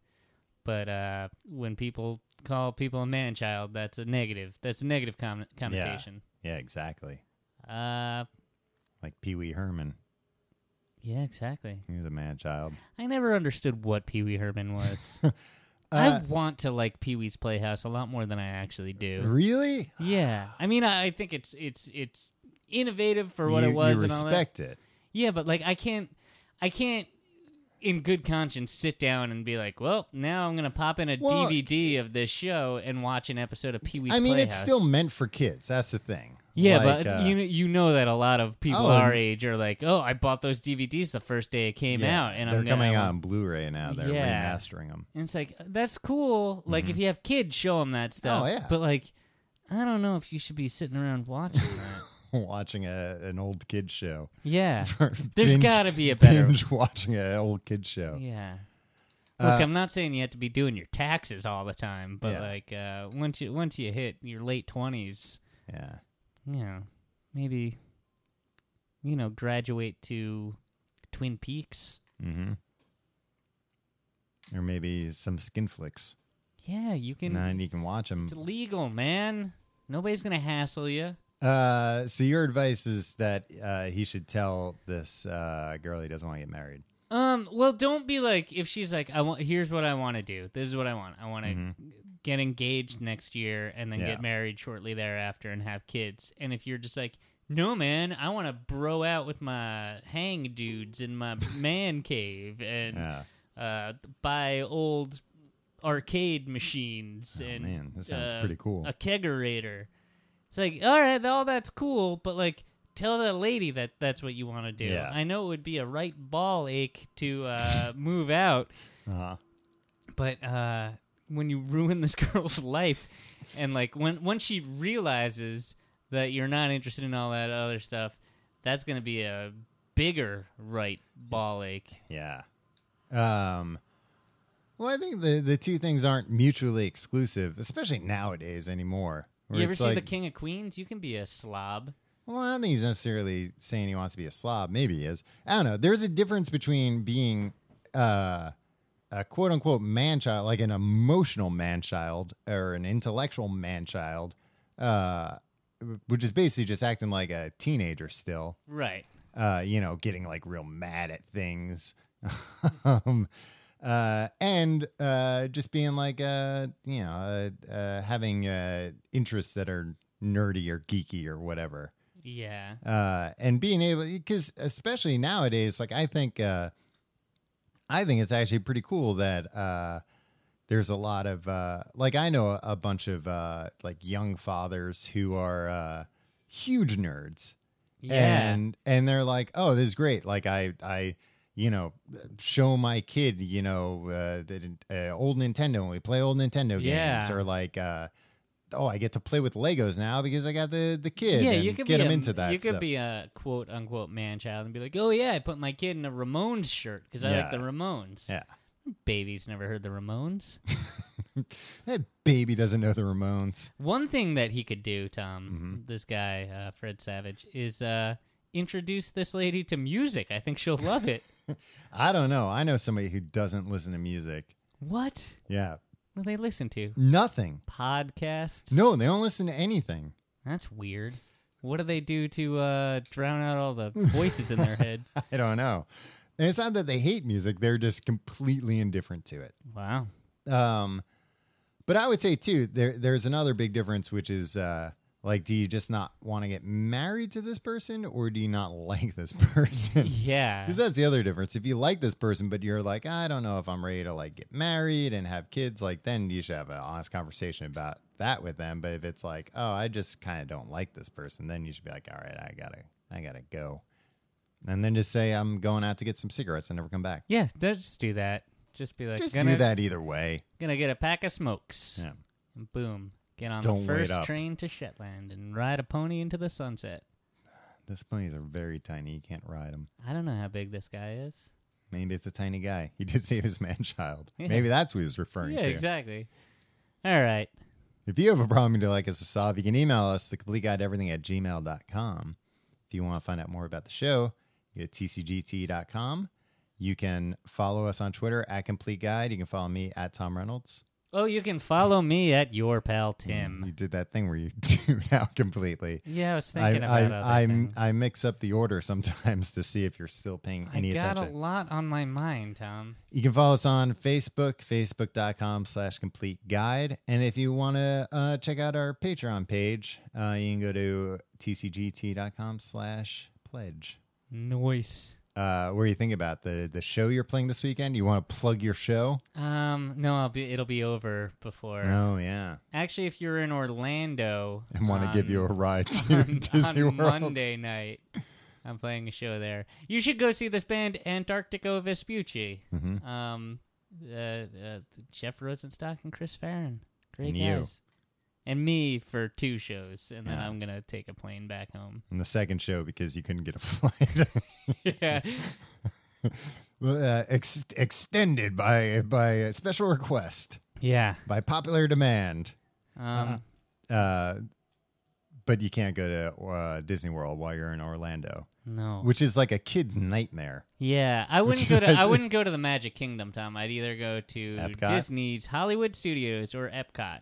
B: but uh, when people call people a man child, that's a negative. That's a negative con- connotation.
A: Yeah, exactly.
B: Uh,
A: Like Pee Wee Herman.
B: yeah, exactly.
A: He was a man child.
B: I never understood what Pee Wee Herman was. I
A: Uh,
B: want to like Pee Wee's Playhouse a lot more than I actually do.
A: really?
B: Yeah, I mean, I, I think it's it's it's innovative for what
A: you,
B: it was
A: You
B: and all that.
A: respect it.
B: Yeah, but like I can't, I can't, in good conscience, sit down and be like, well, now I'm gonna pop in a
A: Well,
B: DVD of this show and watch an episode of Pee Wee's.
A: I mean,
B: Playhouse.
A: it's still meant for kids. That's the thing.
B: Yeah,
A: Like,
B: but
A: uh,
B: you you know that a lot of people
A: Oh, and-
B: our age are like, oh, I bought those DVDs the first day it came
A: yeah,
B: out, and
A: they're
B: I'm gonna-
A: coming out on Blu-ray now. They're
B: Yeah.
A: remastering them.
B: And it's like that's cool. Like if you have kids, show them that stuff.
A: Mm-hmm. Oh, yeah.
B: But like, I don't know if you should be sitting around watching that.
A: watching a, an old kid show.
B: yeah,
A: There's
B: there's got to be a better.
A: binge watching an old kid show.
B: Yeah.
A: Uh,
B: Look, I'm not saying you have to be doing your taxes all the time, but
A: Yeah.
B: like uh, once you once you hit your late twenties,
A: Yeah,
B: you know, maybe you know graduate to Twin Peaks.
A: hmm or maybe some skin flicks.
B: Yeah, you can.
A: And then you can watch them.
B: It's legal, man. Nobody's gonna hassle you.
A: Uh, so your advice is that uh, he should tell this uh, girl he doesn't want to get married.
B: Um, well, don't be like if she's like, I want. Here's what I want to do. This is what I want. I want to get engaged next year and then
A: Mm-hmm. Yeah.
B: get married shortly thereafter and have kids. And if you're just like, no, man, I want to bro out with my hang dudes in my man cave and
A: Yeah.
B: uh, buy old arcade machines
A: Oh,
B: and
A: man, that sounds
B: uh,
A: pretty cool.
B: a kegerator. It's like, all right, all that's cool, but like, tell that lady that that's what you want to do.
A: Yeah.
B: I know it would be a right ball ache to uh, move out,
A: Uh-huh.
B: but uh, when you ruin this girl's life, and like when once she realizes that you're not interested in all that other stuff, that's gonna be a bigger right ball ache.
A: Yeah. Um. Well, I think the the two things aren't mutually exclusive, especially nowadays anymore. where
B: You ever
A: it's
B: see the
A: like-
B: King of Queens? You can be a slob.
A: Well, I don't think he's necessarily saying he wants to be a slob. Maybe he is. I don't know. There's a difference between being uh, a quote unquote man child, like an emotional man child or an intellectual man child, uh, which is basically just acting like a teenager still,
B: Right.
A: uh, you know, getting like real mad at things. um, uh, and uh, just being like, uh, you know, uh, uh, having uh, interests that are nerdy or geeky or whatever
B: Yeah.
A: uh, and being able because especially nowadays like i think uh, i think it's actually pretty cool that uh, there's a lot of uh, like i know a, a bunch of uh, like young fathers who are uh, huge nerds
B: Yeah.
A: and and they're like oh this is great like i i you know show my kid you know uh, the uh, old nintendo and we play old nintendo games
B: Yeah.
A: or like uh, oh i get to play with legos now because i got the the kid
B: yeah,
A: and
B: you could
A: get
B: be
A: them
B: a,
A: into that
B: You could
A: stuff.
B: be a quote unquote man child and be like, "Oh yeah, I put my kid in a Ramones shirt because I like
A: Yeah.
B: the Ramones."
A: Yeah.
B: Babies never heard the Ramones.
A: That baby doesn't know the Ramones.
B: One thing that he could do, Tom,
A: Mm-hmm.
B: this guy uh, Fred Savage, is uh, introduce this lady to music. I think she'll love it.
A: I don't know. I know somebody who doesn't listen to music.
B: what?
A: Yeah.
B: What do they listen to?
A: Nothing.
B: Podcasts?
A: No, they don't listen to anything.
B: That's weird. What do they do to uh, drown out all the voices in their head?
A: I don't know. And it's not that they hate music, they're just completely indifferent to it.
B: Wow.
A: Um, but I would say too, there there's another big difference, which is uh, like, do you just not want to get married to this person, or do you not like this person?
B: Yeah.
A: Because that's the other difference. If you like this person, but you're like, I don't know if I'm ready to like get married and have kids, like then you should have an honest conversation about that with them. But if it's like, oh, I just kind of don't like this person, then you should be like, all right, I gotta, I gotta go, and then just say I'm going out to get some cigarettes and never come back.
B: Yeah, don't just do that. Just be like,
A: just
B: gonna,
A: do that either way.
B: gonna get a pack of smokes.
A: Yeah.
B: And boom. Get on
A: Don't
B: the
A: wait
B: first
A: up.
B: train to Shetland and ride a pony into the sunset.
A: Those ponies are very tiny. You can't ride them.
B: I don't know how big this guy is.
A: Maybe it's a tiny guy. He did save his man child.
B: Yeah.
A: Maybe that's what he was referring
B: yeah,
A: to.
B: exactly. All right.
A: If you have a problem you'd like us to solve, you can email us, the complete guide to everything at gmail.com. If you want to find out more about the show, go to tcgt.com. You can follow us on Twitter at Complete Guide. You can follow me at Tom Reynolds.
B: Oh, you can follow me at your pal Tim.
A: You did that thing where you tuned out completely.
B: Yeah, I was
A: I,
B: thinking
A: I,
B: about other
A: I,
B: things.
A: I mix up the order sometimes to see if you're still paying
B: I
A: any
B: got
A: attention.
B: a lot on my mind, Tom.
A: You can follow us on Facebook, facebook.com slash complete guide. And if you want to uh, check out our Patreon page, uh, you can go to tcgt.com slash pledge.
B: Noise.
A: Uh, what do you think about the, the show you're playing this weekend? You want to plug your show?
B: Um, no, I'll be. It'll be over before.
A: Oh, yeah.
B: Actually, if you're in Orlando um,
A: And want to give
B: on-
A: you a ride to
B: on,
A: Disney
B: on
A: World.
B: Monday night. I'm playing a show there. You should go see this band, Antarctico Vespucci.
A: hmm
B: Um, uh, uh, Jeff Rosenstock and Chris Farron. Great
A: And you.
B: guys. And me for two shows, and then
A: Yeah.
B: I'm gonna take a plane back home.
A: And the second show because you couldn't get a flight.
B: yeah,
A: Well, uh, ex- extended by, by a special request,
B: yeah.
A: Uh-huh. by popular demand.
B: Um,
A: Uh, but you can't go to uh, Disney World while you're in Orlando,
B: No.
A: which is like a kid's nightmare.
B: yeah, I wouldn't
A: is
B: go to
A: like-
B: I wouldn't go to the Magic Kingdom, Tom. I'd either go to
A: Epcot? Hmm.
B: Disney's Hollywood Studios or Epcot.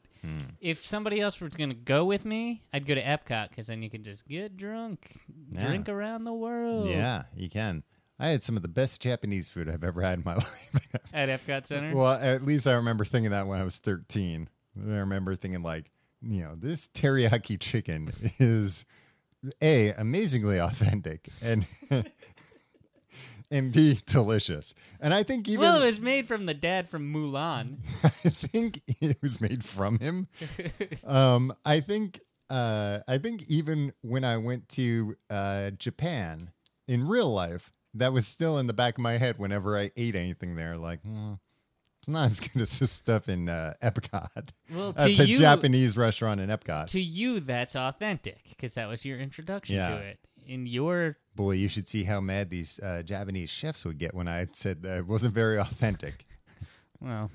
B: If somebody else was going to go with me, I'd go to Epcot because then you can just get drunk,
A: Yeah.
B: drink around the world.
A: Yeah, you can. I had some of the best Japanese food I've ever had in my life.
B: At Epcot Center.
A: well, at least I remember thinking that when I was 13. I remember thinking, like, you know, this teriyaki chicken is A, amazingly authentic and. And B delicious, and I think even
B: well, it was made from the dad from Mulan.
A: I think it was made from him. um, I think uh, I think even when I went to uh, Japan in real life, that was still in the back of my head whenever I ate anything there. Like, "Hmm, it's not as good as this stuff in uh, Epcot
B: Well, to
A: at the
B: you,
A: Japanese restaurant in Epcot.
B: to you, that's authentic because that was your introduction
A: Yeah.
B: to it. In your
A: Boy, you should see how mad these uh, Japanese chefs would get when I said that it wasn't very authentic.
B: well,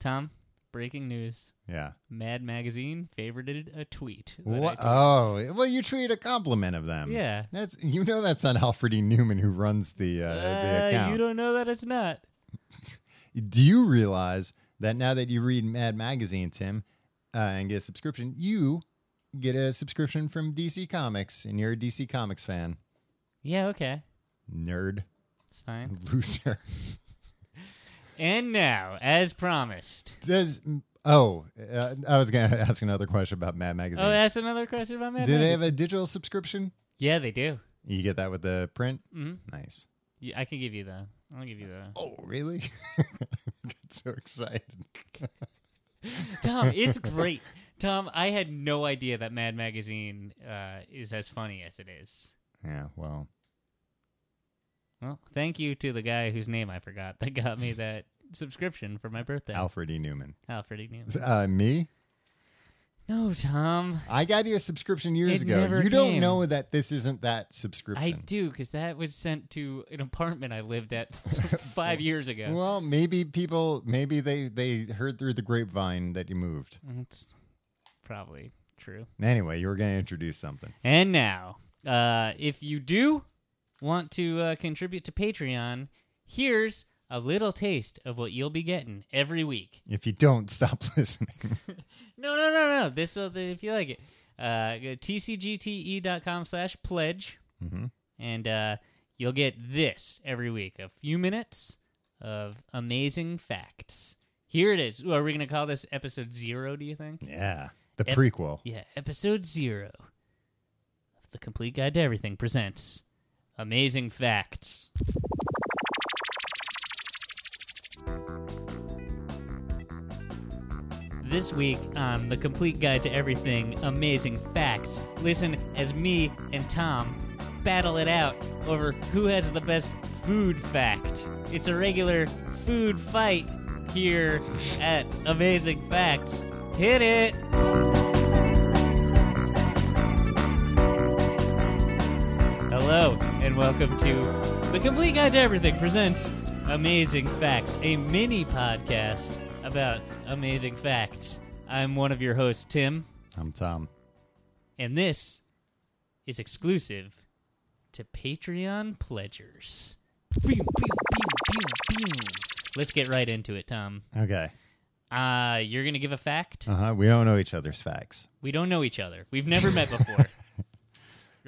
B: Tom, breaking news:
A: Yeah.
B: Mad Magazine favorited a tweet. that I
A: What?
B: did.
A: Oh, well, you treat a compliment of them.
B: Yeah.
A: that's you know that's not Alfred E. Newman who runs the uh, the
B: Uh,
A: account.
B: you don't know that it's not.
A: Do you realize that now that you read Mad Magazine, Tim, uh, and get a subscription, you get a subscription from DC Comics, and you're a DC Comics fan,
B: Yeah, okay,
A: nerd,
B: it's fine.
A: loser.
B: And now, as promised.
A: Does oh, uh, I was gonna ask another question about Mad Magazine.
B: Oh, that's another question about Mad
A: Do they
B: Magazine.
A: have a digital subscription?
B: yeah, they do.
A: You get that with the print.
B: Mm-hmm.
A: Nice.
B: Yeah, I can give you the. I'll give you the.
A: Oh, really? Get so excited.
B: Tom, it's great. Tom, I had no idea that Mad Magazine uh, is as funny as it is.
A: Yeah, well,
B: Well, thank you to the guy whose name I forgot that got me that subscription for my birthday.
A: Alfred E. Newman.
B: Alfred E. Newman.
A: Uh, me?
B: No, Tom.
A: I got you a subscription years
B: It
A: ago.
B: never
A: you don't
B: came.
A: know that this isn't that
B: I
A: subscription.
B: do, because that was sent to an apartment I lived at five years ago.
A: Well, maybe people, maybe they they heard through the grapevine that you moved.
B: That's probably true.
A: Anyway, you were going to introduce something.
B: And now, uh, if you do want to uh, contribute to Patreon, here's a little taste of what you'll be getting every week.
A: If you don't, stop listening.
B: No, no, no, no. This will, if you like it, uh, go to tcgte.com slash pledge.
A: Mhm.
B: And uh, you'll get this every week a few minutes of amazing facts. Here it is. Ooh, Are we going to call this episode zero, do you think?
A: yeah, the
B: Ep-
A: prequel.
B: Yeah, episode zero of The Complete Guide to Everything presents Amazing Facts. This week on The Complete Guide to Everything Amazing Facts, listen as me and Tom battle it out over who has the best food fact. It's a regular food fight here at Amazing Facts. Hit it! Hello, and welcome to The Complete Guide to Everything presents Amazing Facts, a mini podcast about amazing facts. I'm one of your hosts, Tim,
A: I'm Tom.
B: and this is exclusive to Patreon pledgers. Pew, pew, pew, pew, pew. Let's get right into it, Tom.
A: Okay.
B: Uh, you're going to give a fact?
A: Uh huh. We don't know each other's facts.
B: We don't know each other. We've never met before.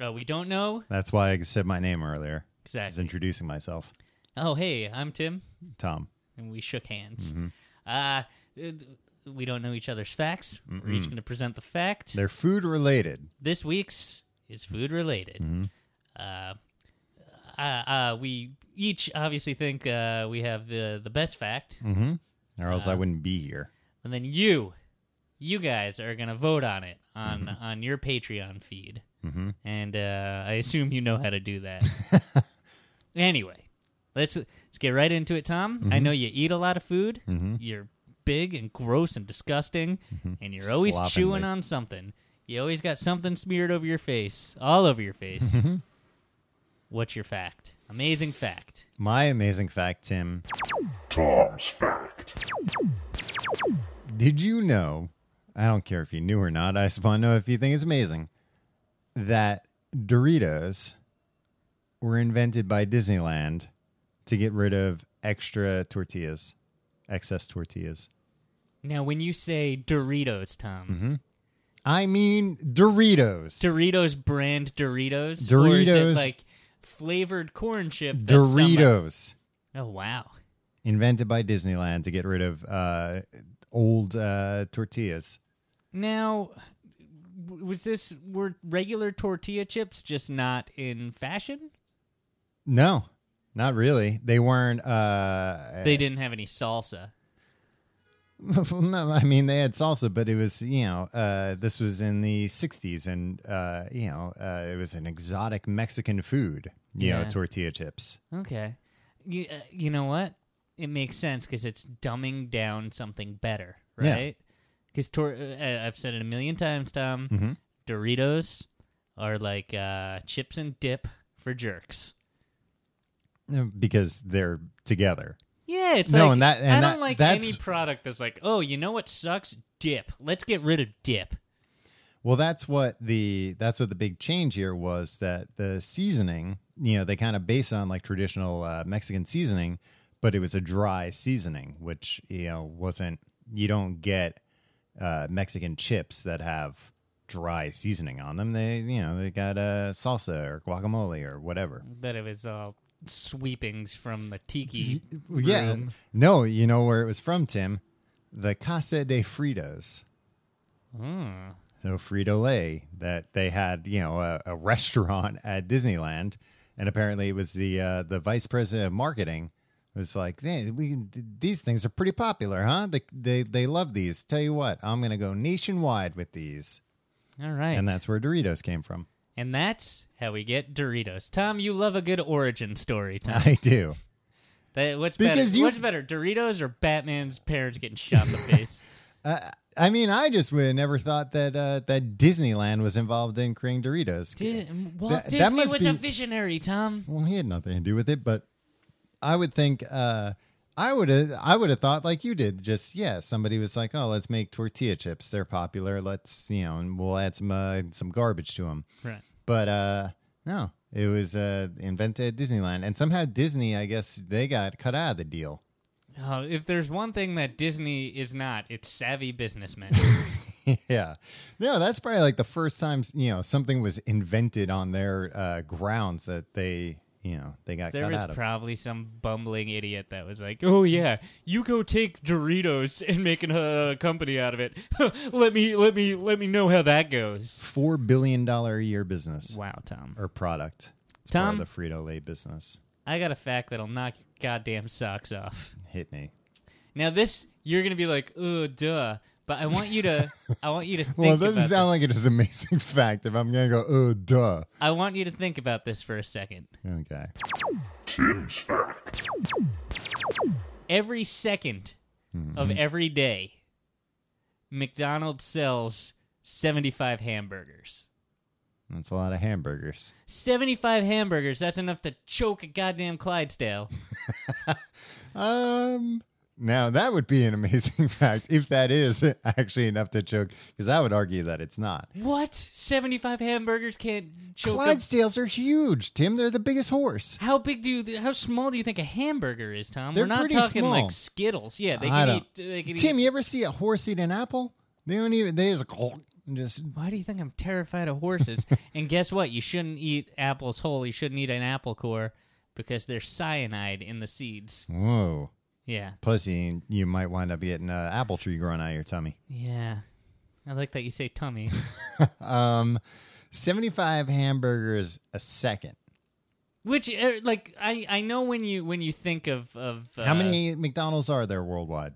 B: Uh, we don't know
A: That's why I said my name earlier. I was
B: exactly.
A: introducing myself.
B: Oh, hey, I'm Tim.
A: Tom.
B: and we shook hands. Uh, it- we don't know each other's facts. We're each going to present the fact.
A: They're food related.
B: this week's is food related. Uh, uh, uh, we each obviously think uh, we have the the best fact,
A: Mm-hmm. Or else I
B: Uh-huh.
A: wouldn't be here.
B: and then you, you guys are going to vote on it on on your Patreon feed,
A: Mm-hmm.
B: and uh, I assume you know how to do that. anyway, let's let's get right into it, Tom. I know you eat a lot of food.
A: Mm-hmm.
B: you're big and gross and disgusting, and you're always
A: Slovenly.
B: chewing on something. You always got something smeared over your face, all over your face.
A: Mm-hmm.
B: What's your fact? Amazing fact.
A: My amazing fact, Tim.
C: Tom's Fact.
A: Did you know? I don't care if you knew or not. I just want to know if you think it's amazing that Doritos were invented by Disneyland to get rid of extra tortillas, excess tortillas.
B: Now, when you say Doritos, Tom,
A: Mm-hmm. I mean Doritos.
B: Doritos brand Doritos, or is it
A: Doritos.
B: like flavored corn chip? that somebody-
A: Doritos
B: Oh wow.
A: invented by Disneyland to get rid of uh, old uh, tortillas.
B: Now, w- was this were regular tortilla chips just not in fashion?
A: No, not really. They weren't. Uh,
B: They didn't have any salsa.
A: no, I mean they had salsa, but it was you know uh, this was in the '60s, and uh, you know uh, it was an exotic Mexican food. You
B: Yeah.
A: know, tortilla chips.
B: Okay. You, uh, you know what? It makes sense because it's dumbing down something better,
A: Yeah.
B: right? Because tor- uh, I've said it a million times, Tom.
A: Mm-hmm.
B: Doritos are like uh, chips and dip for jerks.
A: because they're together.
B: Yeah, it's
A: No,
B: like
A: and that- and
B: I don't
A: that-
B: like
A: that's-
B: any product that's like, oh, you know what sucks? Dip. Let's get rid of dip.
A: Well, that's what the that's what the big change here was that the seasoning, you know, they kind of base it on like traditional uh, Mexican seasoning, but it was a dry seasoning, which you know wasn't you don't get uh, Mexican chips that have dry seasoning on them. They you know they got uh, salsa or guacamole or whatever.
B: But it was all sweepings from the tiki.
A: Well, Yeah,
B: room.
A: no, you know where it was from, Tim, the Casa de Fritos.
B: Mm.
A: so Frito Lay that they had, you know, a, a restaurant at Disneyland, and apparently it was the uh, the vice president of marketing was like, hey, we these things are pretty popular, huh? They, they they love these. Tell you what, I'm gonna go nationwide with these,
B: All right,
A: and that's where Doritos came from.
B: and that's how we get Doritos. Tom, you love a good origin story. Tom,
A: I do.
B: That- what's better?
A: Because you-
B: What's better, Doritos or Batman's parents getting shot in the face?
A: Uh, I mean, I just would have never thought that uh, that Disneyland was involved in creating Doritos.
B: Di- Walt
A: That- that
B: Disney
A: must
B: was
A: be-
B: a visionary, Tom.
A: Well, he had nothing to do with it, but I would think uh, I would have I would have thought like you did. Just yeah, somebody was like, "Oh, let's make tortilla chips. They're popular. Let's you know, and we'll add some uh, some garbage to them."
B: Right.
A: But uh, no, it was uh, invented at Disneyland, and somehow Disney, I guess, they got cut out of the deal.
B: Oh, if there's one thing that Disney is not, it's savvy businessmen.
A: yeah, no, that's probably like the first time you know something was invented on their uh, grounds that they you know they got
B: There
A: cut
B: was
A: out of.
B: probably some bumbling idiot that was like, "Oh yeah, you go take Doritos and make a company out of it. let me, let me, let me know how that goes."
A: Four billion dollar a year business.
B: Wow, Tom,
A: or product. It's part
B: Tom?
A: of the Frito Lay business.
B: I got a fact that'll knock your goddamn socks off.
A: Hit me.
B: Now this, you're gonna be like, "Oh, duh," but I want you to, I want you to think
A: Well, it
B: about
A: doesn't sound like it is an amazing fact if I'm going to go, oh, duh.
B: this. I want you to think about this for a second.
A: Okay.
C: Tim's Fact.
B: Every 2nd
A: Hmm.
B: of every day, McDonald's sells 75 hamburgers.
A: That's a lot of hamburgers.
B: 75 hamburgers, that's enough to choke a goddamn Clydesdale.
A: Um, now, that would be an amazing fact if that is actually enough to choke, because I would argue that it's not.
B: what? 75 hamburgers can't choke a...
A: Clydesdales are huge, Tim. They're the biggest horse.
B: How big do you... Th- how small do you think a hamburger is, Tom?
A: They're
B: We're not
A: pretty
B: talking
A: small.
B: like Skittles. Yeah, they
A: I
B: can eat...
A: don't-
B: They can
A: Tim,
B: eat...
A: you ever see a horse eat an apple? They don't even, they just, and just
B: Why do you think I'm terrified of horses? and guess what? You shouldn't eat apples whole. You shouldn't eat an apple core because there's cyanide in the seeds.
A: whoa.
B: Yeah.
A: Plus, you, you might wind up getting an apple tree growing out of your tummy.
B: Yeah. I like that you say tummy.
A: Um, 75 hamburgers a second.
B: Which uh, like I I know when you when you think of of uh,
A: How many McDonald's are there worldwide?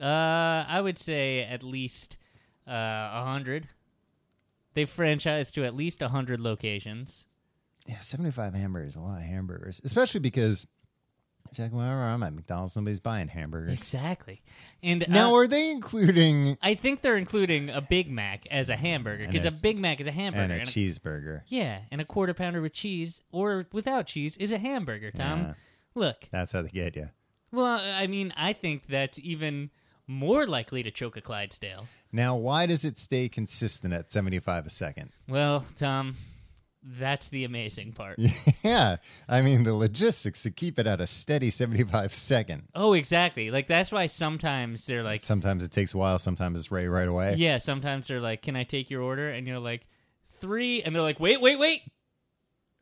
B: Uh I would say at least uh 100. They franchised to at least 100 locations.
A: Yeah, 75 hamburgers, a lot of hamburgers, especially because if you're like, whenever I'm at McDonald's, nobody's buying hamburgers.
B: Exactly. And
A: Now,
B: uh,
A: are they including
B: I think they're including a Big Mac as a hamburger
A: And
B: because
A: a-
B: a, Big Mac is a hamburger
A: and a
B: and a-
A: cheeseburger?
B: Yeah, and a quarter pounder with cheese or without cheese is a hamburger, Tom.
A: Yeah.
B: Look,
A: That's how they get you.
B: well, I mean, I think that's even more likely to choke a Clydesdale.
A: Now, why does it stay consistent at 75 a second?
B: Well, Tom, that's the amazing part.
A: Yeah, I mean, the logistics to keep it at a steady 75 second.
B: Oh, exactly. Like that's why sometimes they're like,
A: Sometimes it takes a while, sometimes it's ready right away.
B: yeah. Sometimes they're like, "Can I take your order?" And you're like, three, and they're like, "Wait, wait, wait."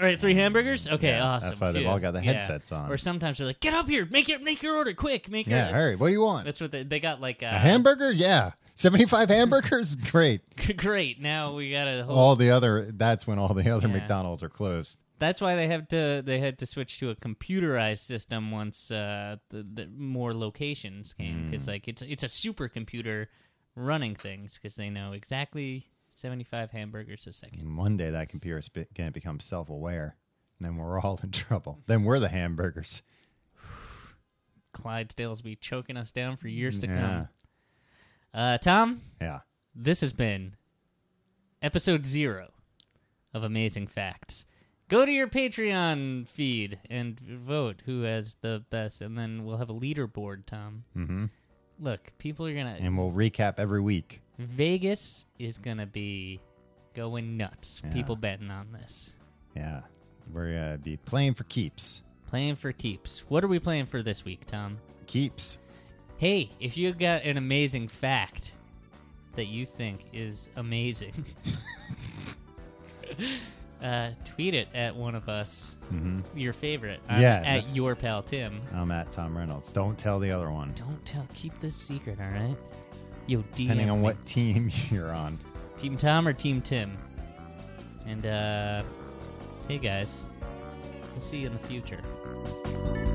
B: All right, three hamburgers. Okay,
A: Mm. Yeah, that's
B: awesome.
A: why they've
B: Phew.
A: all got the
B: Yeah.
A: headsets on.
B: Or sometimes they're like, "Get up here, make your make your order quick, make
A: Yeah,
B: your."
A: hurry. What do you want?
B: That's what they, they got. Like uh,
A: a hamburger? Yeah. 75 hamburgers? Great.
B: Great. Now we got a whole.
A: All the other, that's when all the other
B: Oh. Yeah.
A: McDonald's are closed.
B: That's why they have to they had to switch to a computerized system once uh, the, the more locations came because
A: Mm.
B: like it's it's a supercomputer running things because they know exactly seventy five hamburgers a second.
A: And one day that computer is going to become self aware. And then we're all in trouble. Then we're the hamburgers.
B: Clydesdales be choking us down for years to
A: Yeah.
B: come. Uh, Tom,
A: Yeah.
B: this has been episode zero of Amazing Facts. Go to your Patreon feed and vote who has the best, and then we'll have a leaderboard, Tom. Mm-hmm. Look, people are gonna.
A: And we'll recap every week.
B: Vegas is gonna be going nuts. People betting on this.
A: Yeah. We're going to be playing for keeps.
B: Playing for keeps. What are we playing for this week, Tom?
A: Keeps.
B: Hey, if you got an amazing fact that you think is amazing, uh, tweet it at one of us, your favorite. I'm
A: Mm-hmm. Yeah.
B: At your pal Tim.
A: I'm at Tom Reynolds. Don't tell the other one.
B: Don't tell. Keep this secret, all right? Yo, DM
A: Depending on
B: me.
A: what team you're on.
B: Team Tom or Team Tim. And, uh, hey guys, we'll see you in the future.